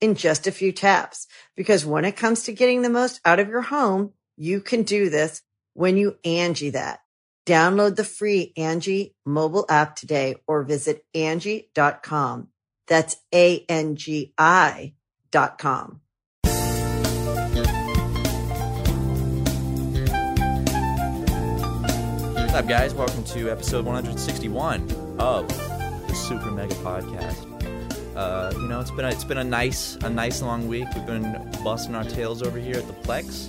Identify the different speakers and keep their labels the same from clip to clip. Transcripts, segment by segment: Speaker 1: in just a few taps. Because when it comes to getting the most out of your home, you can do this when you Angie that. Download the free Angie mobile app today or visit Angie.com. That's A-N-G-I dot com.
Speaker 2: What's up, guys? Welcome to episode 161 of the Super Mega Podcast. Uh, you know, it's been a, it's been a nice a nice long week. We've been busting our tails over here at the Plex.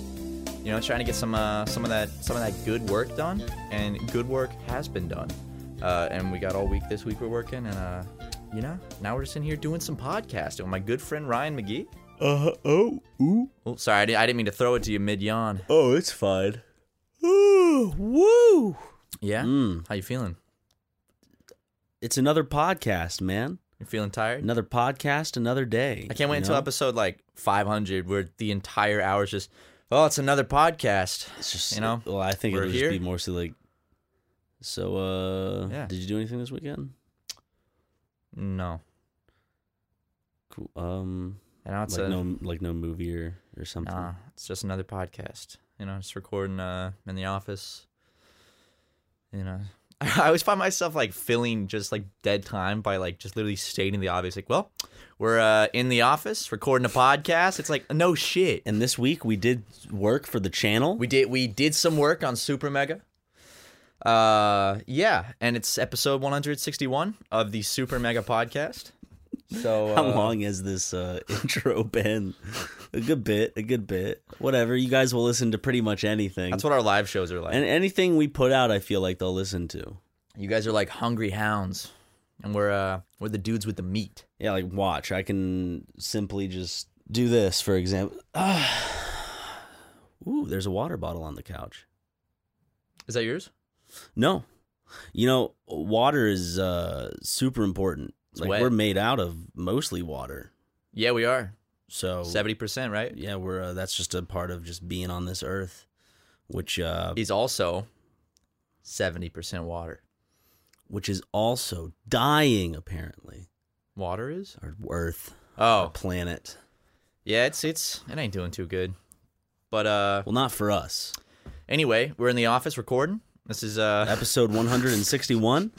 Speaker 2: You know, trying to get some uh, some of that some of that good work done, and good work has been done. Uh, and we got all week this week we're working, and uh, you know, now we're just in here doing some podcasting with my good friend Ryan McGee.
Speaker 3: Uh oh. Ooh.
Speaker 2: Oh, sorry, I, di- I didn't mean to throw it to you mid yawn.
Speaker 3: Oh, it's fine. Ooh. Woo.
Speaker 2: Yeah,
Speaker 3: Mm.
Speaker 2: how you feeling?
Speaker 3: It's another podcast, man.
Speaker 2: You feeling tired?
Speaker 3: Another podcast, another day.
Speaker 2: I can't wait
Speaker 3: you
Speaker 2: until
Speaker 3: know?
Speaker 2: episode like 500 where the entire hour is just, oh, it's another podcast.
Speaker 3: It's just
Speaker 2: you know,
Speaker 3: Well, I think
Speaker 2: we're
Speaker 3: it'll
Speaker 2: here.
Speaker 3: just be mostly like. So, uh,
Speaker 2: Yeah.
Speaker 3: did you do anything this weekend?
Speaker 2: No.
Speaker 3: Cool. Um,
Speaker 2: And now it's
Speaker 3: like
Speaker 2: a,
Speaker 3: no, like no movie or or something.
Speaker 2: nah, it's just another podcast. You know, just recording uh, in the office. You know, I always find myself like filling just like dead time by like just literally stating the obvious. Like, well, we're uh, in the office recording a podcast. It's like, no shit.
Speaker 3: And this week we did work for the channel.
Speaker 2: We did we did some work on Super Mega. Uh yeah, and it's episode 161 of the Super Mega podcast. So uh,
Speaker 3: How long has this uh, intro been? a good bit. A good bit. Whatever. You guys will listen to pretty much anything.
Speaker 2: That's what our live shows are like.
Speaker 3: and anything we put out, I feel like they'll listen to.
Speaker 2: you guys are like hungry hounds, and we're uh we're the dudes with the meat.
Speaker 3: Yeah, like watch. I can simply just do this, for example. Ah. Ooh, there's a water bottle on the couch.
Speaker 2: Is that yours?
Speaker 3: No. You know, water is uh super important. like
Speaker 2: wet.
Speaker 3: we're made out of mostly water.
Speaker 2: Yeah, we are
Speaker 3: So
Speaker 2: seventy percent, right?
Speaker 3: yeah, we're uh, that's just a part of just being on this earth, which uh
Speaker 2: Is also seventy percent water.
Speaker 3: which is also dying apparently.
Speaker 2: Water is?
Speaker 3: Our earth, our
Speaker 2: Oh
Speaker 3: planet.
Speaker 2: yeah, it's it's it ain't doing too good. But uh
Speaker 3: Well, not for us.
Speaker 2: anyway, we're in the office recording. This is uh
Speaker 3: Episode 161.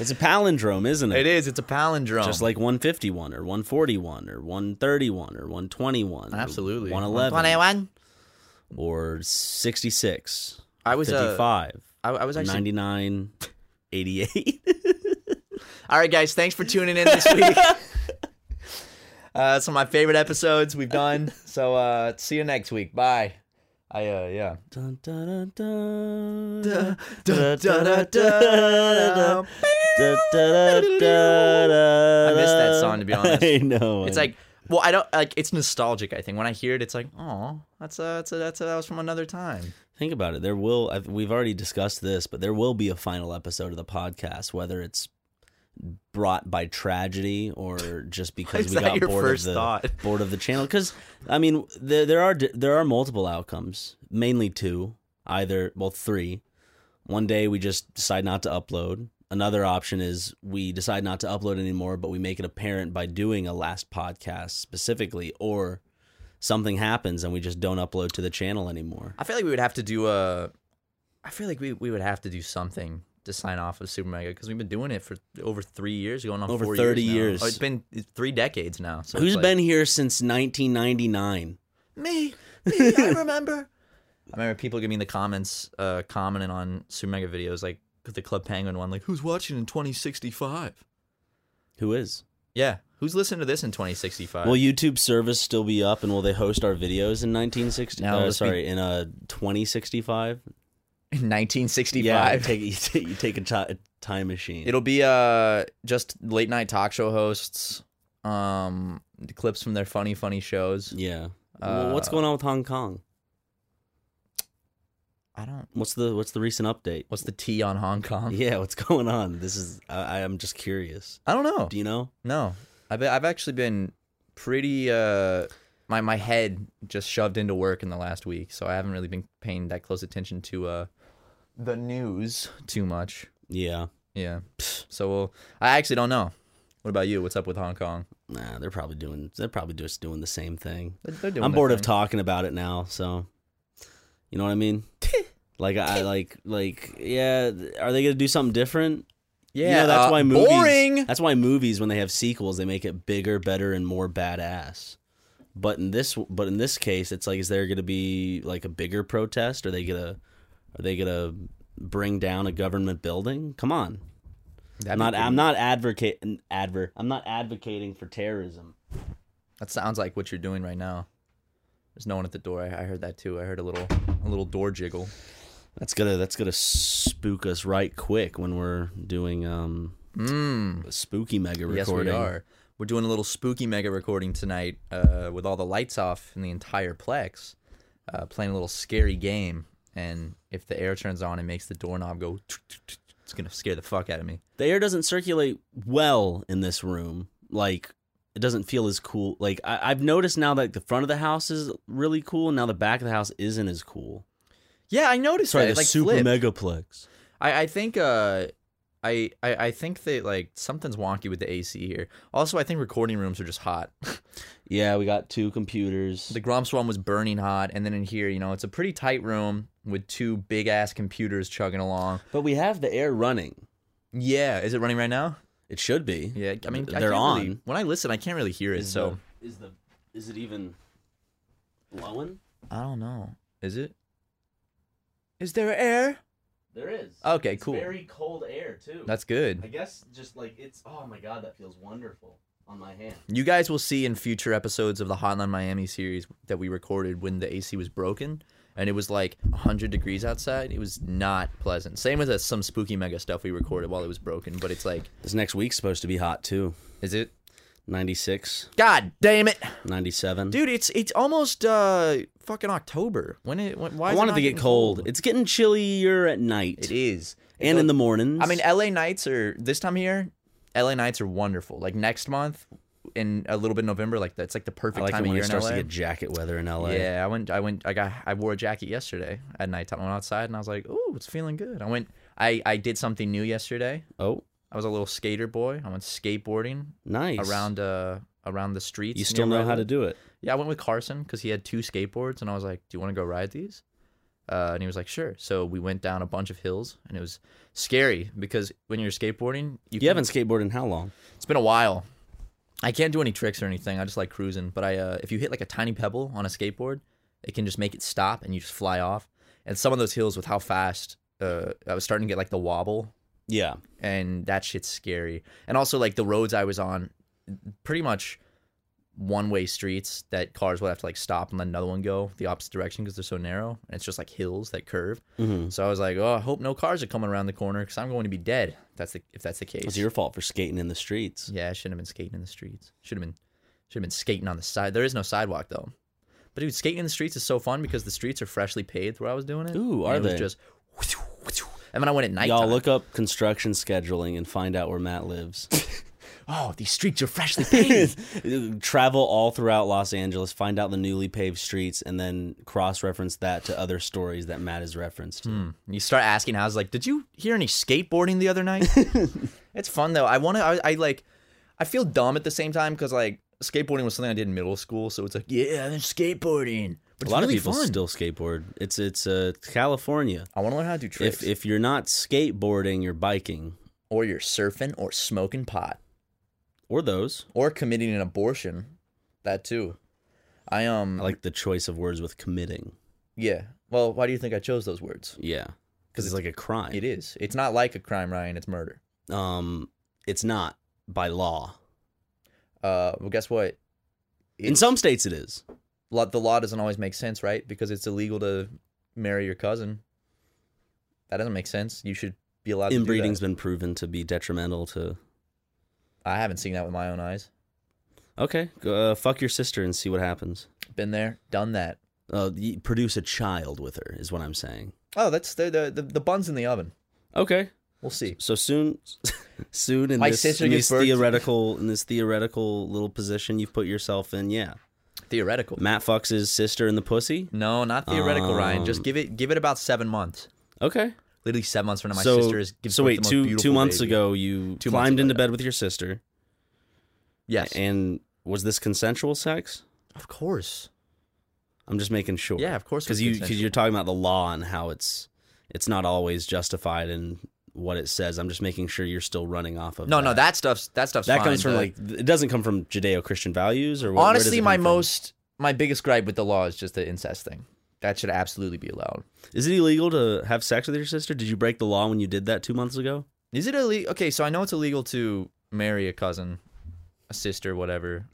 Speaker 3: it's a palindrome, isn't it?
Speaker 2: it is. It's a palindrome.
Speaker 3: Just like 151 or 141 or 131 or 121. or
Speaker 2: Absolutely.
Speaker 3: 111 or 66.
Speaker 2: I was uh,
Speaker 3: 55.
Speaker 2: I, I was actually
Speaker 3: 99. 88.
Speaker 2: all right, guys. Thanks for tuning in this week. uh, some of my favorite episodes we've done. So uh, see you next week. Bye. I uh, yeah.
Speaker 3: Dun, dun, dun, dun.
Speaker 2: da, da, da, da.
Speaker 3: Da, da, da, da, da,
Speaker 2: I miss that song, to be honest.
Speaker 3: I know.
Speaker 2: It's
Speaker 3: I-
Speaker 2: like well, I don't like. It's nostalgic. I think when I hear it, it's like, oh, that's a that's a that's a, that was from another time.
Speaker 3: Think about it. There will I've, we've already discussed this, but there will be a final episode of the podcast, whether it's brought by tragedy or just because
Speaker 2: is
Speaker 3: we
Speaker 2: that
Speaker 3: got
Speaker 2: your
Speaker 3: bored
Speaker 2: first
Speaker 3: of the
Speaker 2: thought?
Speaker 3: bored of the channel. Because I mean, there, there are di- there are multiple outcomes, mainly two, either well three. One day we just decide not to upload. Another option is we decide not to upload anymore, but we make it apparent by doing a last podcast specifically, or something happens and we just don't upload to the channel anymore.
Speaker 2: I feel like we would have to do a. I feel like we we would have to do something to sign off of Super Mega because we've been doing it for over three years, going on
Speaker 3: Over
Speaker 2: four
Speaker 3: 30
Speaker 2: years now.
Speaker 3: years.
Speaker 2: Oh, it's been three decades now. So
Speaker 3: Who's
Speaker 2: it's like-
Speaker 3: been here since 1999?
Speaker 2: me? I remember. I remember people giving me the comments, uh, commenting on Super Mega videos, like the Club Penguin one, like, who's watching in 2065?
Speaker 3: Who is?
Speaker 2: Yeah. Who's listening to this in 2065?
Speaker 3: Will YouTube service still be up, and will they host our videos in 1960?
Speaker 2: Now
Speaker 3: uh,
Speaker 2: let's be-
Speaker 3: sorry, in uh 2065.
Speaker 2: in 1965.
Speaker 3: Yeah, you take you take, you take a ti- time machine.
Speaker 2: It'll be uh just late night talk show hosts, um, clips from their funny funny shows.
Speaker 3: yeah. well, what's
Speaker 2: Uh,
Speaker 3: going on with Hong Kong?
Speaker 2: I don't.
Speaker 3: What's the what's the recent update?
Speaker 2: What's the T on Hong Kong?
Speaker 3: Yeah, what's going on? This is I, I am just curious.
Speaker 2: I don't know.
Speaker 3: Do you know?
Speaker 2: No, I've I've actually been pretty uh my my head just shoved into work in the last week, so I haven't really been paying that close attention to uh the news too much.
Speaker 3: Yeah.
Speaker 2: Yeah. So we'll, I actually don't know. What about you? What's up with Hong Kong?
Speaker 3: Nah, they're probably doing they're probably just doing the same thing.
Speaker 2: They're- they're doing
Speaker 3: I'm
Speaker 2: their
Speaker 3: bored of
Speaker 2: thing.
Speaker 3: talking about it now, so you know what I mean? like I like like yeah, th- are they going to do something different?
Speaker 2: Yeah,
Speaker 3: You know, that's
Speaker 2: uh,
Speaker 3: why movies
Speaker 2: Boring.
Speaker 3: That's why movies when they have sequels, they make it bigger, better and more badass. But in this but in this case, it's like is there going to be like a bigger protest? Are they going to are they going to bring down a government building? Come on.
Speaker 2: That'd
Speaker 3: I'm
Speaker 2: be
Speaker 3: not.
Speaker 2: cool.
Speaker 3: I'm not advocate. Adver. I'm not advocating for terrorism.
Speaker 2: That sounds like what you're doing right now. There's no one at the door. I, I heard that too. I heard a little a little door jiggle.
Speaker 3: That's gonna. That's gonna spook us right quick when we're doing um
Speaker 2: Mmm.
Speaker 3: a spooky mega
Speaker 2: Yes,
Speaker 3: recording.
Speaker 2: we are. We're doing a little spooky mega recording tonight uh, with all the lights off in the entire plex, uh, playing a little scary game. And if the air turns on and makes the doorknob go, it's going to scare the fuck out of me.
Speaker 3: The air doesn't circulate well in this room. Like it doesn't feel as cool. Like I, I've noticed now that the front of the house is really cool. and Now the back of the house isn't as cool.
Speaker 2: Yeah, I noticed
Speaker 3: Sorry,
Speaker 2: that.
Speaker 3: the
Speaker 2: It, like,
Speaker 3: super
Speaker 2: flipped.
Speaker 3: megaplex.
Speaker 2: I, I think uh I, I I think that like something's wonky with the AC here. Also, I think recording rooms are just hot.
Speaker 3: Yeah, we got two computers.
Speaker 2: the Grumps one was burning hot, and then in here, you know, it's a pretty tight room with two big ass computers chugging along.
Speaker 3: but we have the air running.
Speaker 2: Yeah, is it running right now?
Speaker 3: It should be.
Speaker 2: Yeah, I mean, I
Speaker 3: They're
Speaker 2: can't
Speaker 3: on.
Speaker 2: really- when I listen, I can't really hear it,
Speaker 3: Is
Speaker 2: so
Speaker 3: the, is the is it even blowing?
Speaker 2: I don't know. Is it? Is there air?
Speaker 3: There is.
Speaker 2: Okay,
Speaker 3: It's
Speaker 2: cool.
Speaker 3: Very cold air too.
Speaker 2: That's good.
Speaker 3: I guess just like it's. Oh my god, that feels wonderful on my hand.
Speaker 2: You guys will see in future episodes of the Hotline Miami series that we recorded when the AC was broken and it was like 100 degrees outside. It was not pleasant. Same with uh, some spooky mega stuff we recorded while it was broken, but it's like,
Speaker 3: This next week's supposed to be hot too.
Speaker 2: is it?
Speaker 3: 96,
Speaker 2: God damn it.
Speaker 3: 97.
Speaker 2: Dude, it's it's almost uh fucking October. When it when, why
Speaker 3: I
Speaker 2: is it
Speaker 3: wanted
Speaker 2: not
Speaker 3: to get
Speaker 2: getting
Speaker 3: cold. It's getting chillier at night
Speaker 2: It is.
Speaker 3: and in the mornings.
Speaker 2: I mean, LA nights are this time of year. LA nights are wonderful. Like next month, in a little bit in November, like that's like the
Speaker 3: I
Speaker 2: perfect
Speaker 3: like
Speaker 2: time
Speaker 3: it
Speaker 2: of
Speaker 3: when
Speaker 2: year
Speaker 3: it
Speaker 2: in
Speaker 3: starts
Speaker 2: LA.
Speaker 3: to get jacket weather in LA.
Speaker 2: yeah, I went. I went. I got. I wore a jacket yesterday at nighttime. I went outside and I was like, "Ooh, it's feeling good." I went. I I did something new yesterday.
Speaker 3: Oh,
Speaker 2: I was a little skater boy. I went skateboarding
Speaker 3: nice.
Speaker 2: around uh around the streets.
Speaker 3: You
Speaker 2: near
Speaker 3: still know
Speaker 2: where I
Speaker 3: how to
Speaker 2: live.
Speaker 3: do it.
Speaker 2: Yeah, I went with Carson because he had two skateboards, and I was like, "Do you want to go ride these?" Uh, and he was like, "Sure." So we went down a bunch of hills, and it was scary because when you're skateboarding, you,
Speaker 3: You
Speaker 2: can-
Speaker 3: haven't skateboarded in how long?
Speaker 2: It's been a while. I can't do any tricks or anything. I just like cruising. But I, uh, if you hit like a tiny pebble on a skateboard, it can just make it stop, and you just fly off. And some of those hills, with how fast, uh, I was starting to get like the wobble
Speaker 3: Yeah.
Speaker 2: and that shit's scary. And also like the roads I was on, pretty much one way streets that cars would have to like stop and let another one go the opposite direction because they're so narrow and it's just like hills that curve.
Speaker 3: Mm-hmm.
Speaker 2: So I was like, oh, I hope no cars are coming around the corner because I'm going to be dead. If that's the if that's the case.
Speaker 3: It's your fault for skating in the streets.
Speaker 2: yeah, I shouldn't have been skating in the streets. Should have been should have been skating on the side. There is no sidewalk though. But dude, skating in the streets is so fun because the streets are freshly paved where I was doing it.
Speaker 3: Ooh,
Speaker 2: And
Speaker 3: are
Speaker 2: it was
Speaker 3: they?
Speaker 2: just and then I went at night.
Speaker 3: Y'all look up construction scheduling and find out where Matt lives.
Speaker 2: Oh, these streets are freshly paved.
Speaker 3: Travel all throughout Los Angeles, find out the newly paved streets, and then cross reference that to other stories that Matt has referenced.
Speaker 2: And Hmm. You start asking how. I was like, "Did you hear any skateboarding the other night?" it's fun though. I want to. I, I like. I feel dumb at the same time because like skateboarding was something I did in middle school, so it's like, yeah, I've been skateboarding. But
Speaker 3: A lot
Speaker 2: it's really
Speaker 3: of people
Speaker 2: fun.
Speaker 3: still skateboard. It's it's uh, California.
Speaker 2: I want to learn how to do tricks,
Speaker 3: If if you're not skateboarding, you're biking
Speaker 2: or you're surfing, or smoking pot,
Speaker 3: or those.
Speaker 2: or committing an abortion. That too. I um
Speaker 3: I like the choice of words with committing.
Speaker 2: yeah. Well, why do you think I chose those words?
Speaker 3: Yeah, because it's like a crime.
Speaker 2: It is. It's not like a crime, Ryan. It's murder.
Speaker 3: Um, it's not by law.
Speaker 2: Uh, well, guess what?
Speaker 3: In
Speaker 2: It's-
Speaker 3: some states, it is.
Speaker 2: lo- the law doesn't always make sense, right? Because it's illegal to marry your cousin. That doesn't make sense. You should be allowed to do that.
Speaker 3: Inbreeding's been proven to be detrimental to.
Speaker 2: I haven't seen that with my own eyes.
Speaker 3: Okay, go, uh, fuck your sister and see what happens.
Speaker 2: Been there, done that.
Speaker 3: Uh, y- produce a child with her is what I'm saying.
Speaker 2: Oh, that's the the the, the bun's in the oven.
Speaker 3: Okay,
Speaker 2: We'll see.
Speaker 3: so soon, soon in
Speaker 2: My
Speaker 3: this,
Speaker 2: sister
Speaker 3: in
Speaker 2: gives
Speaker 3: this
Speaker 2: birth to-
Speaker 3: theoretical in this theoretical little position you've put yourself in. Yeah,
Speaker 2: Theoretical.
Speaker 3: Matt fucks his sister in the pussy.
Speaker 2: No, not theoretical, Ryan. Just
Speaker 3: Um,
Speaker 2: give it give it about seven months.
Speaker 3: Okay,
Speaker 2: Literally seven months from now, my
Speaker 3: so
Speaker 2: sister is gives
Speaker 3: so
Speaker 2: birth to
Speaker 3: wait
Speaker 2: the most
Speaker 3: two two
Speaker 2: beautiful
Speaker 3: months
Speaker 2: baby.
Speaker 3: ago you
Speaker 2: Two months
Speaker 3: climbed
Speaker 2: ago,
Speaker 3: into
Speaker 2: yeah.
Speaker 3: bed with your sister
Speaker 2: Yes,
Speaker 3: and was this consensual sex?
Speaker 2: of course.
Speaker 3: I'm just making sure.
Speaker 2: Yeah, of course. it was
Speaker 3: because you
Speaker 2: consensual.
Speaker 3: because you're talking about the law and how it's it's not always justified in what it says. I'm just making sure you're still running off of
Speaker 2: no
Speaker 3: that.
Speaker 2: no that stuff's that stuff's
Speaker 3: that
Speaker 2: fine.
Speaker 3: comes from
Speaker 2: The-
Speaker 3: like it doesn't come from Judeo-Christian values or where- where does
Speaker 2: honestly
Speaker 3: it
Speaker 2: my
Speaker 3: come from?
Speaker 2: most my biggest gripe with the law is just the incest thing. That should absolutely be allowed.
Speaker 3: is it illegal to have sex with your sister? Did you break the law when you did that two months ago?
Speaker 2: Is it illegal? Okay, so I know it's illegal to marry a cousin, a sister, whatever.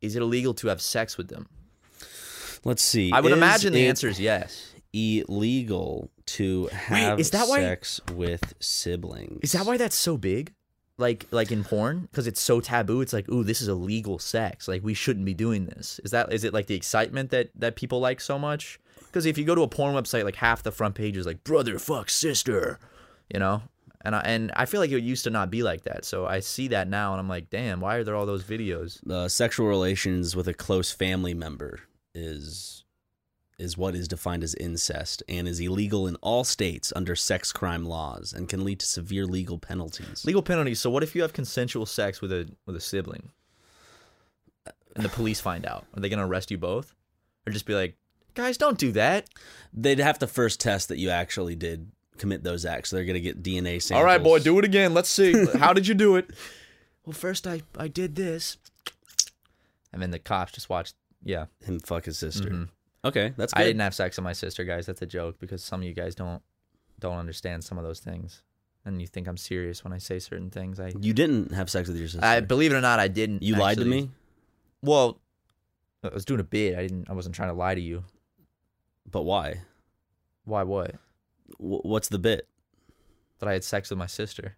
Speaker 2: Is it illegal to have sex with them?
Speaker 3: Let's see.
Speaker 2: I would
Speaker 3: Is
Speaker 2: imagine the
Speaker 3: it
Speaker 2: answer is yes.
Speaker 3: Illegal to have
Speaker 2: is that why-
Speaker 3: sex with siblings.
Speaker 2: that's so big? Like like in porn, because it's so taboo. It's like, ooh, this is illegal sex. Like we shouldn't be doing this. Is that is it like the excitement that that people like so much? Because if you go to a porn website, like half the front page is like brother fuck sister, you know. And I and I feel like it used to not be like that. So I see that now, and I'm like, damn, why are there all those videos?
Speaker 3: uh, sexual relations with a close family member is is what is defined as incest and is illegal in all states under sex crime laws and can lead to severe legal penalties.
Speaker 2: Legal penalties. So what if you have consensual sex with a with a sibling, and the police find out? Are they gonna arrest you both, or just be like, guys, don't do that?
Speaker 3: They'd have to first test that you actually did commit those acts. So they're gonna get DNA samples.
Speaker 2: it again. Let's see. How did you do it? Well, first I I did this, and then the cops just watched. Yeah,
Speaker 3: Him fuck his sister.
Speaker 2: Mhm.
Speaker 3: Okay, that's good.
Speaker 2: I didn't have sex with my sister, guys. That's a joke because some of you guys don't don't understand some of those things, and you think I'm serious when I say certain things. I
Speaker 3: you didn't have sex with your sister.
Speaker 2: I believe it or not, I didn't.
Speaker 3: you lied to
Speaker 2: actually.
Speaker 3: me,
Speaker 2: Well, I was doing a bit. I didn't. I wasn't trying to lie to you.
Speaker 3: but why?
Speaker 2: Why? What?
Speaker 3: W- what's the bit?
Speaker 2: That I had sex with my sister.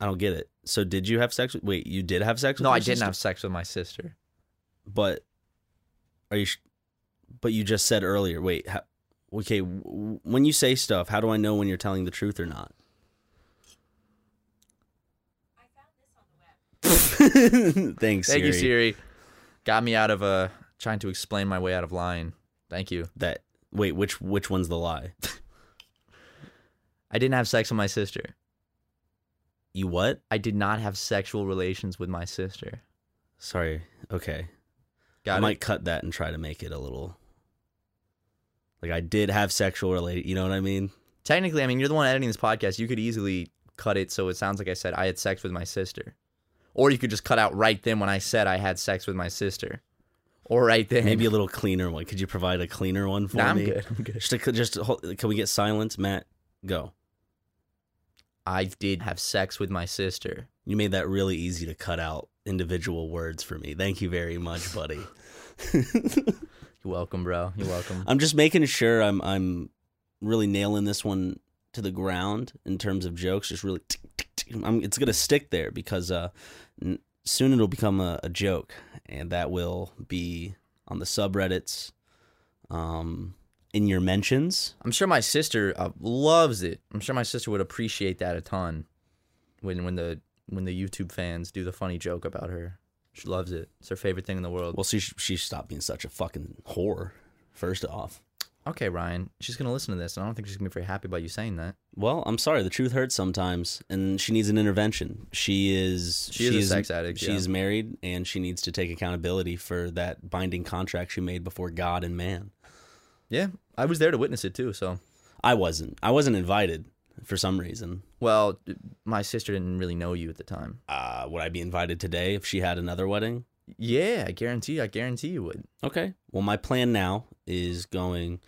Speaker 3: I don't get it. So did you have sex? With, wait, you did have sex? with
Speaker 2: No,
Speaker 3: your
Speaker 2: I didn't
Speaker 3: sister?
Speaker 2: have sex with my sister.
Speaker 3: but are you sh- but you just said earlier wait how, okay w- w- when you say stuff how do i know when you're telling the truth or not thanks
Speaker 2: Thank you,
Speaker 3: Siri.
Speaker 2: Siri. Got me out of uh trying to explain my way out of lying. Thank you.
Speaker 3: that wait which which one's the lie
Speaker 2: I didn't have sex with my sister.
Speaker 3: you what
Speaker 2: I did not have sexual relations with my sister.
Speaker 3: sorry okay
Speaker 2: Got
Speaker 3: i
Speaker 2: it?
Speaker 3: might cut that and try to make it a little like i did have sexual related you know what i mean
Speaker 2: Technically, I mean, you're the one editing this podcast. You could easily cut it so it sounds like I said I had sex with my sister. Or you could just cut out right then when I said I had sex with my sister. Or right then.
Speaker 3: maybe a little cleaner one could you provide a cleaner one for
Speaker 2: Nah, I'm
Speaker 3: me
Speaker 2: good. I'm good.
Speaker 3: just, a- just a whole- can we get silence matt go
Speaker 2: I did have sex with my sister.
Speaker 3: You made that really easy to cut out individual words for me. Thank you very much, buddy.
Speaker 2: You're welcome, bro. You're welcome.
Speaker 3: I'm just making sure I'm I'm really nailing this one to the ground in terms of jokes. Just really, tick, tick, tick. I'm, it's gonna stick there because uh, n- soon it'll become a, a joke, and that will be on the subreddits, um, in your mentions.
Speaker 2: I'm sure my sister uh, loves it. I'm sure my sister would appreciate that a ton when when the when the YouTube fans do the funny joke about her. She loves it. It's her favorite thing in the world.
Speaker 3: Well, she she stopped being such a fucking whore. First off,
Speaker 2: okay, Ryan, she's gonna listen to this, and I don't think she's gonna be very happy about you saying that.
Speaker 3: Well, I'm sorry. The truth hurts sometimes, and she needs an intervention. She is
Speaker 2: She is a sex addict,
Speaker 3: She
Speaker 2: yeah.
Speaker 3: is married, and she needs to take accountability for that binding contract she made before God and man.
Speaker 2: Yeah, I was there to witness it too. So,
Speaker 3: I wasn't. I wasn't invited for some reason.
Speaker 2: well, my sister didn't really know you at the time.
Speaker 3: Uh, would I be invited today if she had another wedding?
Speaker 2: Yeah, I guarantee. I guarantee you would.
Speaker 3: Okay. Well, my plan now is going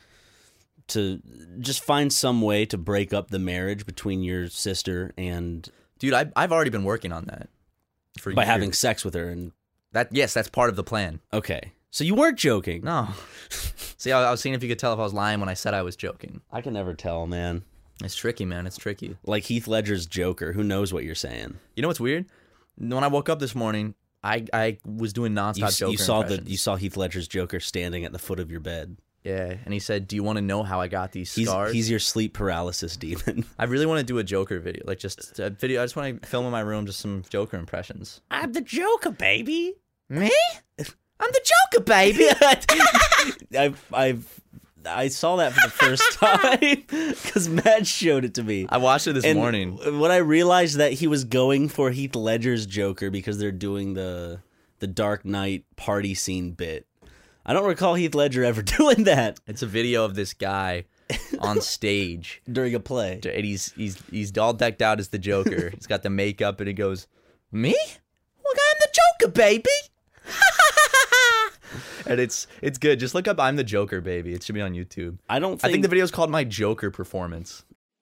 Speaker 3: to just find some way to break up the marriage between your sister and
Speaker 2: Dude, I, I've already been working on that. For
Speaker 3: by having
Speaker 2: years.
Speaker 3: sex with her. And
Speaker 2: that, yes, that's part of the plan.
Speaker 3: okay, so you weren't joking.
Speaker 2: No, see, I, I was seeing if you could tell if I was lying when I said I was joking.
Speaker 3: I can never tell, man.
Speaker 2: It's tricky, man. It's tricky.
Speaker 3: Like Heath Ledger's Joker, who knows what you're saying?
Speaker 2: You know what's weird? When I woke up this morning, I I was doing nonstop
Speaker 3: You, s-
Speaker 2: Joker
Speaker 3: you saw the
Speaker 2: impressions.
Speaker 3: you saw Heath Ledger's Joker standing at the foot of your bed.
Speaker 2: yeah, and he said, "Do you want to know how I got these
Speaker 3: He's
Speaker 2: scars?"
Speaker 3: he's your sleep paralysis demon.
Speaker 2: I really want to do a Joker video, like just a video. I just want to film in my room just some Joker impressions.
Speaker 3: I'm the Joker, baby.
Speaker 2: Me? I'm the Joker, baby.
Speaker 3: I I I saw that for the first time because Matt showed it to me.
Speaker 2: I watched it this
Speaker 3: And
Speaker 2: morning.
Speaker 3: when I realized that he was going for Heath Ledger's Joker because they're doing the the Dark Knight party scene bit. I don't recall Heath Ledger ever doing that
Speaker 2: It's a video of this guy on stage,
Speaker 3: during a play.
Speaker 2: and he's he's he's all decked out as the Joker. he's got the makeup, and he goes, "Me? Well, I'm the Joker, baby." and it's it's good. Just look up "I'm the Joker, baby." It should be on YouTube.
Speaker 3: I don't
Speaker 2: I
Speaker 3: think,
Speaker 2: think the video's called "My Joker Performance."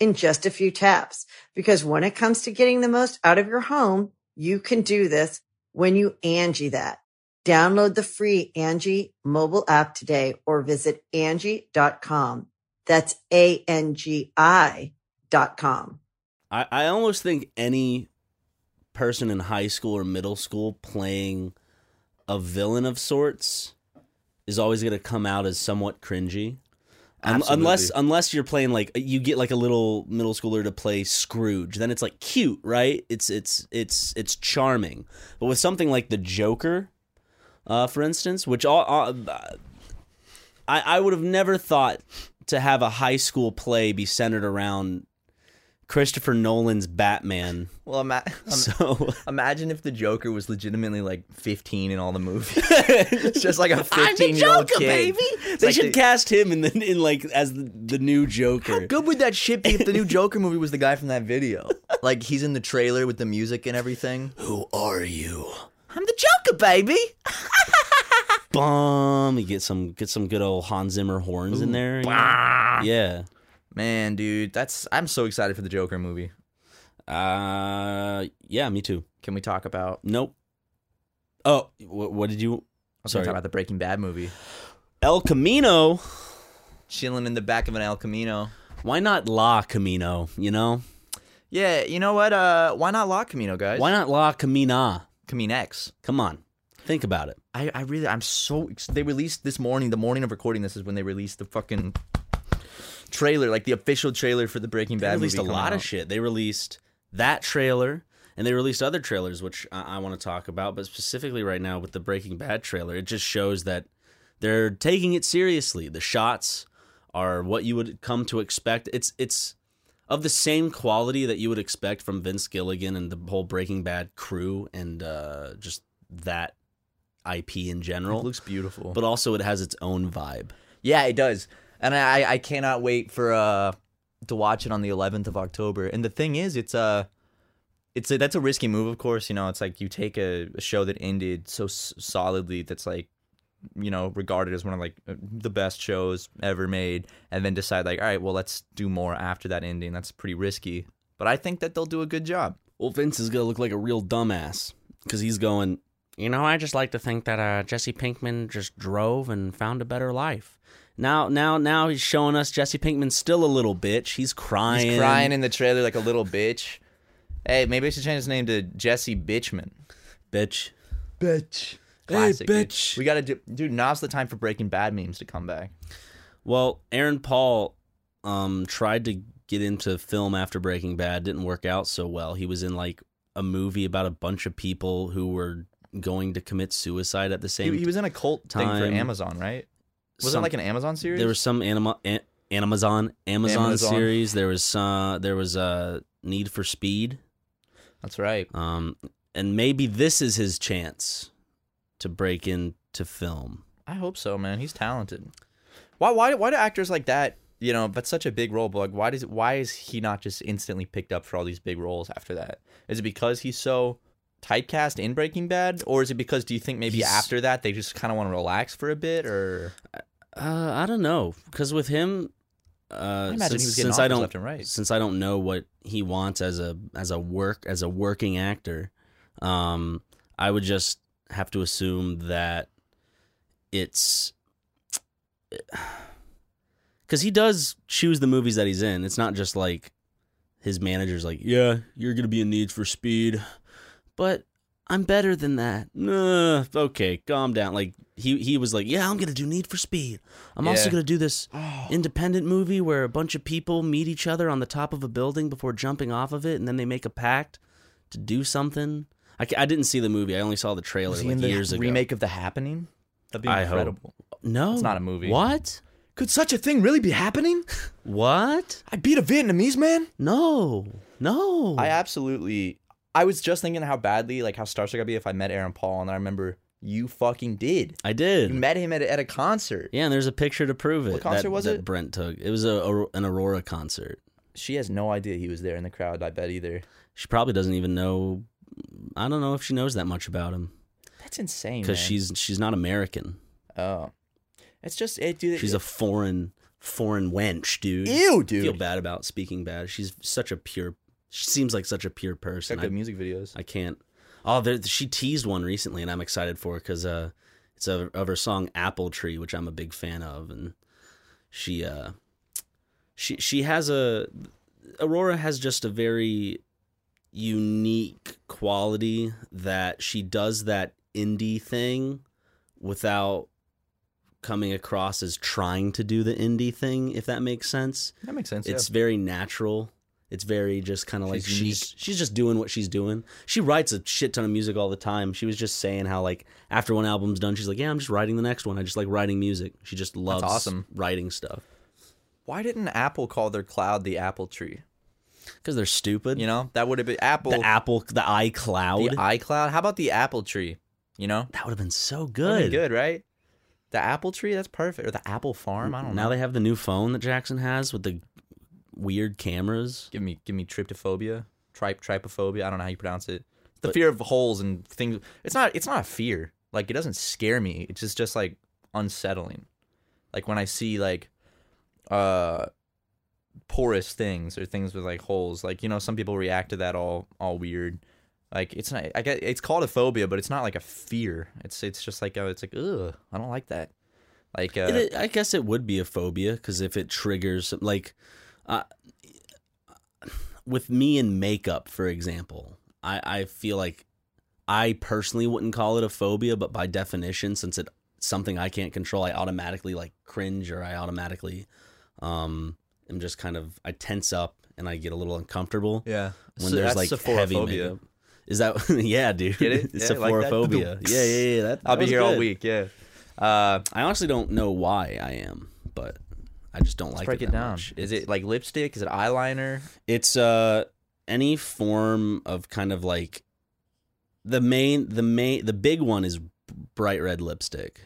Speaker 1: in just a few taps. Because when it comes to getting the most out of your home, you can do this when you Angie that. Download the free Angie mobile app today or visit Angie.com. That's A-N-G-I dot com.
Speaker 3: I, I almost think any person in high school or middle school playing a villain of sorts is always going to come out as somewhat cringy. Um,
Speaker 2: Absolutely.
Speaker 3: unless unless you're playing like you get like a little middle schooler to play Scrooge, then it's like cute, right? It's it's it's it's charming. But with something like the Joker, uh, for instance, which all, all I I would have never thought to have a high school play be centered around Christopher Nolan's Batman.
Speaker 2: Well, I'm, at, I'm
Speaker 3: so
Speaker 2: Imagine if the Joker was legitimately like 15 in all the movies. it's just like a 15 year old kid.
Speaker 3: They
Speaker 2: like
Speaker 3: should
Speaker 2: the-
Speaker 3: cast him in the in like as the, the new Joker.
Speaker 2: How good would that shit be if the new Joker movie was the guy from that video? Like he's in the trailer with the music and everything.
Speaker 3: Who are you?
Speaker 2: I'm the Joker, baby.
Speaker 3: Bum. You get some get some good old Hans Zimmer horns in there. you know? Yeah.
Speaker 2: Man, dude, that's I'm so excited for the Joker movie.
Speaker 3: Uh. Yeah. Me too.
Speaker 2: Can we talk about?
Speaker 3: Nope. Oh. Wh- what did you?
Speaker 2: I was gonna
Speaker 3: Sorry.
Speaker 2: talk about the Breaking Bad movie.
Speaker 3: El Camino.
Speaker 2: Chilling in the back of an El Camino.
Speaker 3: Why not La Camino? You know.
Speaker 2: Yeah, you know what? Uh, why not La Camino, guys?
Speaker 3: Why not La Camina?
Speaker 2: Camino X?
Speaker 3: Come on. Think about it.
Speaker 2: I, I really, I'm so. Ex- they released this morning. The morning of recording this is when they released the fucking trailer, like the official trailer for the Breaking Bad
Speaker 3: they released
Speaker 2: movie
Speaker 3: a
Speaker 2: coming
Speaker 3: lot
Speaker 2: out.
Speaker 3: of shit. They released that trailer, and they released other trailers, which I, I want to talk about. But specifically, right now with the Breaking Bad trailer, it just shows that they're taking it seriously. The shots are what you would come to expect. It's it's of the same quality that you would expect from Vince Gilligan and the whole Breaking Bad crew, and uh, just that IP in
Speaker 2: It
Speaker 3: general.
Speaker 2: looks beautiful.
Speaker 3: but also, it has its own vibe.
Speaker 2: yeah, it does, and I I cannot wait for uh to watch it on the 11th of October. And the thing is, it's uh it's a, that's a risky move, of course. You know, it's like you take a, a show that ended so s- solidly that's like you know regarded as one of like uh, the best shows ever made and then decide like all right well let's do more after that ending that's pretty risky but i think that they'll do a good job
Speaker 3: Well, Vince is gonna look like a real dumbass because he's going. You know, I just like to think that uh, Jesse Pinkman just drove and found a better life. Now, now, now he's showing us Jesse Pinkman's still a little bitch. He's crying.
Speaker 2: He's crying in the trailer like a little bitch. Hey, maybe I should change his name to Jesse Bitchman.
Speaker 3: bitch.
Speaker 2: Bitch. Classic, dude. We gotta do, dude. Now's the time for Breaking Bad memes to come back.
Speaker 3: Well, Aaron Paul um, tried to get into film after Breaking Bad, didn't work out so well. He was in like a movie about a bunch of people who were going to commit suicide at the same
Speaker 2: He, he was in a cult thing
Speaker 3: time.
Speaker 2: for Amazon, right? Was
Speaker 3: some-
Speaker 2: it like an Amazon series?
Speaker 3: There was some anima- an- Amazon Amazon
Speaker 2: Amazon.
Speaker 3: series. There was uh, there was uh, Need for Speed.
Speaker 2: That's right.
Speaker 3: Um, and maybe this is his chance to break into film.
Speaker 2: I hope so, man. He's talented. Why? Why? Why do actors like that? You know, that's such a big role. But like, why does? Why is he not just instantly picked up for all these big roles after that? Is it because he's so typecast in Breaking Bad, or is it because do you think maybe
Speaker 3: He's-
Speaker 2: after that they just kind of want to relax for a bit, or
Speaker 3: Uh, I don't know because with him,
Speaker 2: I
Speaker 3: uh,
Speaker 2: imagine
Speaker 3: since,
Speaker 2: he was getting
Speaker 3: since
Speaker 2: offers
Speaker 3: I don't
Speaker 2: left and right.
Speaker 3: since I don't know what he wants as a as a work as a working actor, um, I would just have to assume that it's because he does choose the movies that he's in. It's not just like his manager's like, "Yeah, you're gonna be in Need for Speed," but I'm better than that. Nah, okay, calm down. Like he he was like, "Yeah, I'm gonna do Need for Speed. I'm also
Speaker 2: Yeah.
Speaker 3: gonna do this."
Speaker 2: Oh,
Speaker 3: independent movie where a bunch of people meet each other on the top of a building before jumping off of it, and then they make a pact to do something. I, ca- I didn't see the movie. I only saw the trailer
Speaker 2: Was he
Speaker 3: like
Speaker 2: in the
Speaker 3: years ago.
Speaker 2: remake of The Happening? That'd be
Speaker 3: I hope.
Speaker 2: incredible.
Speaker 3: No,
Speaker 2: It's not a movie.
Speaker 3: What?
Speaker 2: Could such a thing really be happening?
Speaker 3: What?
Speaker 2: I beat a Vietnamese man.
Speaker 3: No, no.
Speaker 2: I absolutely. I was just thinking how badly, like how starstruck I'd be if I met Aaron Paul, and I remember you fucking did.
Speaker 3: I
Speaker 2: You
Speaker 3: did.
Speaker 2: met him at, at a concert.
Speaker 3: Yeah, and there's a picture to prove it.
Speaker 2: What concert
Speaker 3: that,
Speaker 2: was
Speaker 3: that
Speaker 2: it?
Speaker 3: Brent took. It was a, a- an Aurora concert.
Speaker 2: She has no idea he was there in the crowd. I bet either.
Speaker 3: She probably doesn't even know. I don't know if she knows that much about him
Speaker 2: That's insane.
Speaker 3: because
Speaker 2: man.
Speaker 3: she's she's not American.
Speaker 2: oh, it's just it, dude.
Speaker 3: She's a foreign foreign wench, dude.
Speaker 2: ew,
Speaker 3: I
Speaker 2: dude.
Speaker 3: feel bad about speaking bad. She's such a pure. She seems like such a pure person.
Speaker 2: Check the
Speaker 3: I,
Speaker 2: music videos.
Speaker 3: I can't. Oh, there, she teased one recently, and I'm excited for because uh, it's a, of her song "Apple Tree," which I'm a big fan of, and she uh, she she has a Aurora has just a very unique quality that she does that indie thing without coming across as trying to do the indie thing, if that makes sense
Speaker 2: that makes sense.
Speaker 3: it's
Speaker 2: It's
Speaker 3: very natural. It's very just kind of like
Speaker 2: She's
Speaker 3: she's she's just doing what she's doing. She writes a shit ton of music all the time. She was just saying how like after one album's done, she's like, yeah, I'm just writing the next one. I just like writing music. She just loves
Speaker 2: awesome.
Speaker 3: writing stuff
Speaker 2: why didn't Apple call their cloud the Apple Tree?
Speaker 3: because they're stupid.
Speaker 2: You know that would have been Apple,
Speaker 3: the Apple, the
Speaker 2: the
Speaker 3: iCloud,
Speaker 2: iCloud. How about the Apple Tree? You know,
Speaker 3: that would have been so
Speaker 2: Would've been
Speaker 3: good.
Speaker 2: good, right? The Apple Tree. That's perfect. Or the Apple Farm. I don't
Speaker 3: now
Speaker 2: know.
Speaker 3: they have the new phone that Jackson has with the weird cameras.
Speaker 2: give me give me tryptophobia, tri- trypophobia. I don't know how you pronounce it. The fear of holes and things. It's not it's not a fear. Like it doesn't scare me. It's just just like unsettling. Like when I see like uh porous things or things with like holes. Like you know some people react to that all all weird. Like it's not I get it's called a phobia, but it's not like a fear. It's it's just like oh it's like ugh I don't like that. Like uh,
Speaker 3: It, I guess it would be a phobia because if it triggers, like, uh, with me and makeup, for example, I, I feel like I personally wouldn't call it a phobia, but by definition, since it's something I can't control, I automatically like cringe or I automatically um, am just kind of, I tense up and I get a little uncomfortable
Speaker 2: yeah
Speaker 3: when
Speaker 2: So
Speaker 3: there's
Speaker 2: that's
Speaker 3: like heavy
Speaker 2: Sephoraphobia.
Speaker 3: makeup. Is that, yeah, dude.
Speaker 2: Get it?
Speaker 3: It's
Speaker 2: Yeah, like that?
Speaker 3: Sephoraphobia. yeah, yeah, yeah. That,
Speaker 2: I'll
Speaker 3: that
Speaker 2: be
Speaker 3: was
Speaker 2: here all
Speaker 3: good.
Speaker 2: week. Yeah. Uh,
Speaker 3: I honestly don't know why I am, but I just don't like
Speaker 2: break
Speaker 3: it,
Speaker 2: it
Speaker 3: that
Speaker 2: down.
Speaker 3: much.
Speaker 2: Is
Speaker 3: It's-
Speaker 2: it like lipstick? Is it eyeliner?
Speaker 3: It's uh any form of kind of like the main the main the big one is bright red lipstick.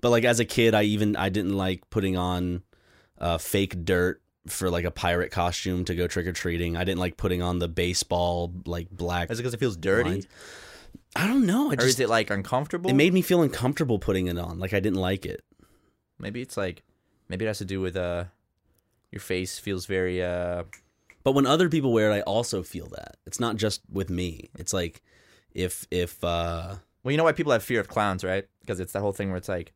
Speaker 3: But like as a kid, I even I didn't like putting on uh, fake dirt for like a pirate costume to go trick or treating. I didn't like putting on the baseball like black.
Speaker 2: Is it because it feels dirty,
Speaker 3: lines. I don't know. I
Speaker 2: or is
Speaker 3: just it,
Speaker 2: it like uncomfortable?
Speaker 3: made me feel uncomfortable putting it on. Like I didn't like it.
Speaker 2: maybe it's like maybe it has to do with uh your face feels very uh
Speaker 3: but when other people wear it i also feel that it's not just with me it's like if if uh
Speaker 2: Well, you know why people have fear of clowns, right? Because it's that whole thing where it's like,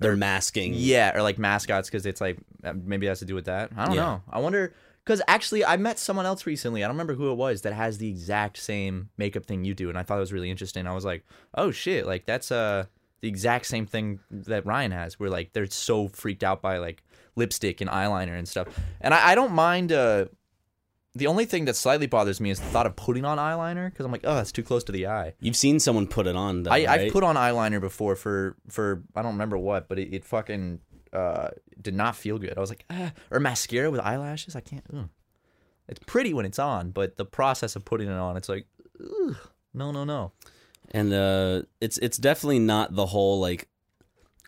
Speaker 3: They're masking.
Speaker 2: yeah, or like mascots, because it's like uh, maybe it has to do with that. I don't
Speaker 3: Yeah.
Speaker 2: know. I wonder. Because actually, I met someone else recently. I don't remember who it was that has the exact same makeup thing you do, and I thought it was really interesting. I was like, oh shit, like that's uh the exact same thing that Ryan has. Where like they're so freaked out by like lipstick and eyeliner and stuff. And I, I don't mind. uh The only thing that slightly bothers me is the thought of putting on eyeliner because I'm like, oh, it's too close to the eye.
Speaker 3: You've seen someone put it on. Though,
Speaker 2: I,
Speaker 3: right?
Speaker 2: I've put on eyeliner before for for I don't remember what, but it, it fucking uh, did not feel good. I was like, ah. or mascara with eyelashes. I can't. ugh. It's pretty when it's on, but the process of putting it on, it's like, ugh, no, no, no.
Speaker 3: and uh, it's it's definitely not the whole like.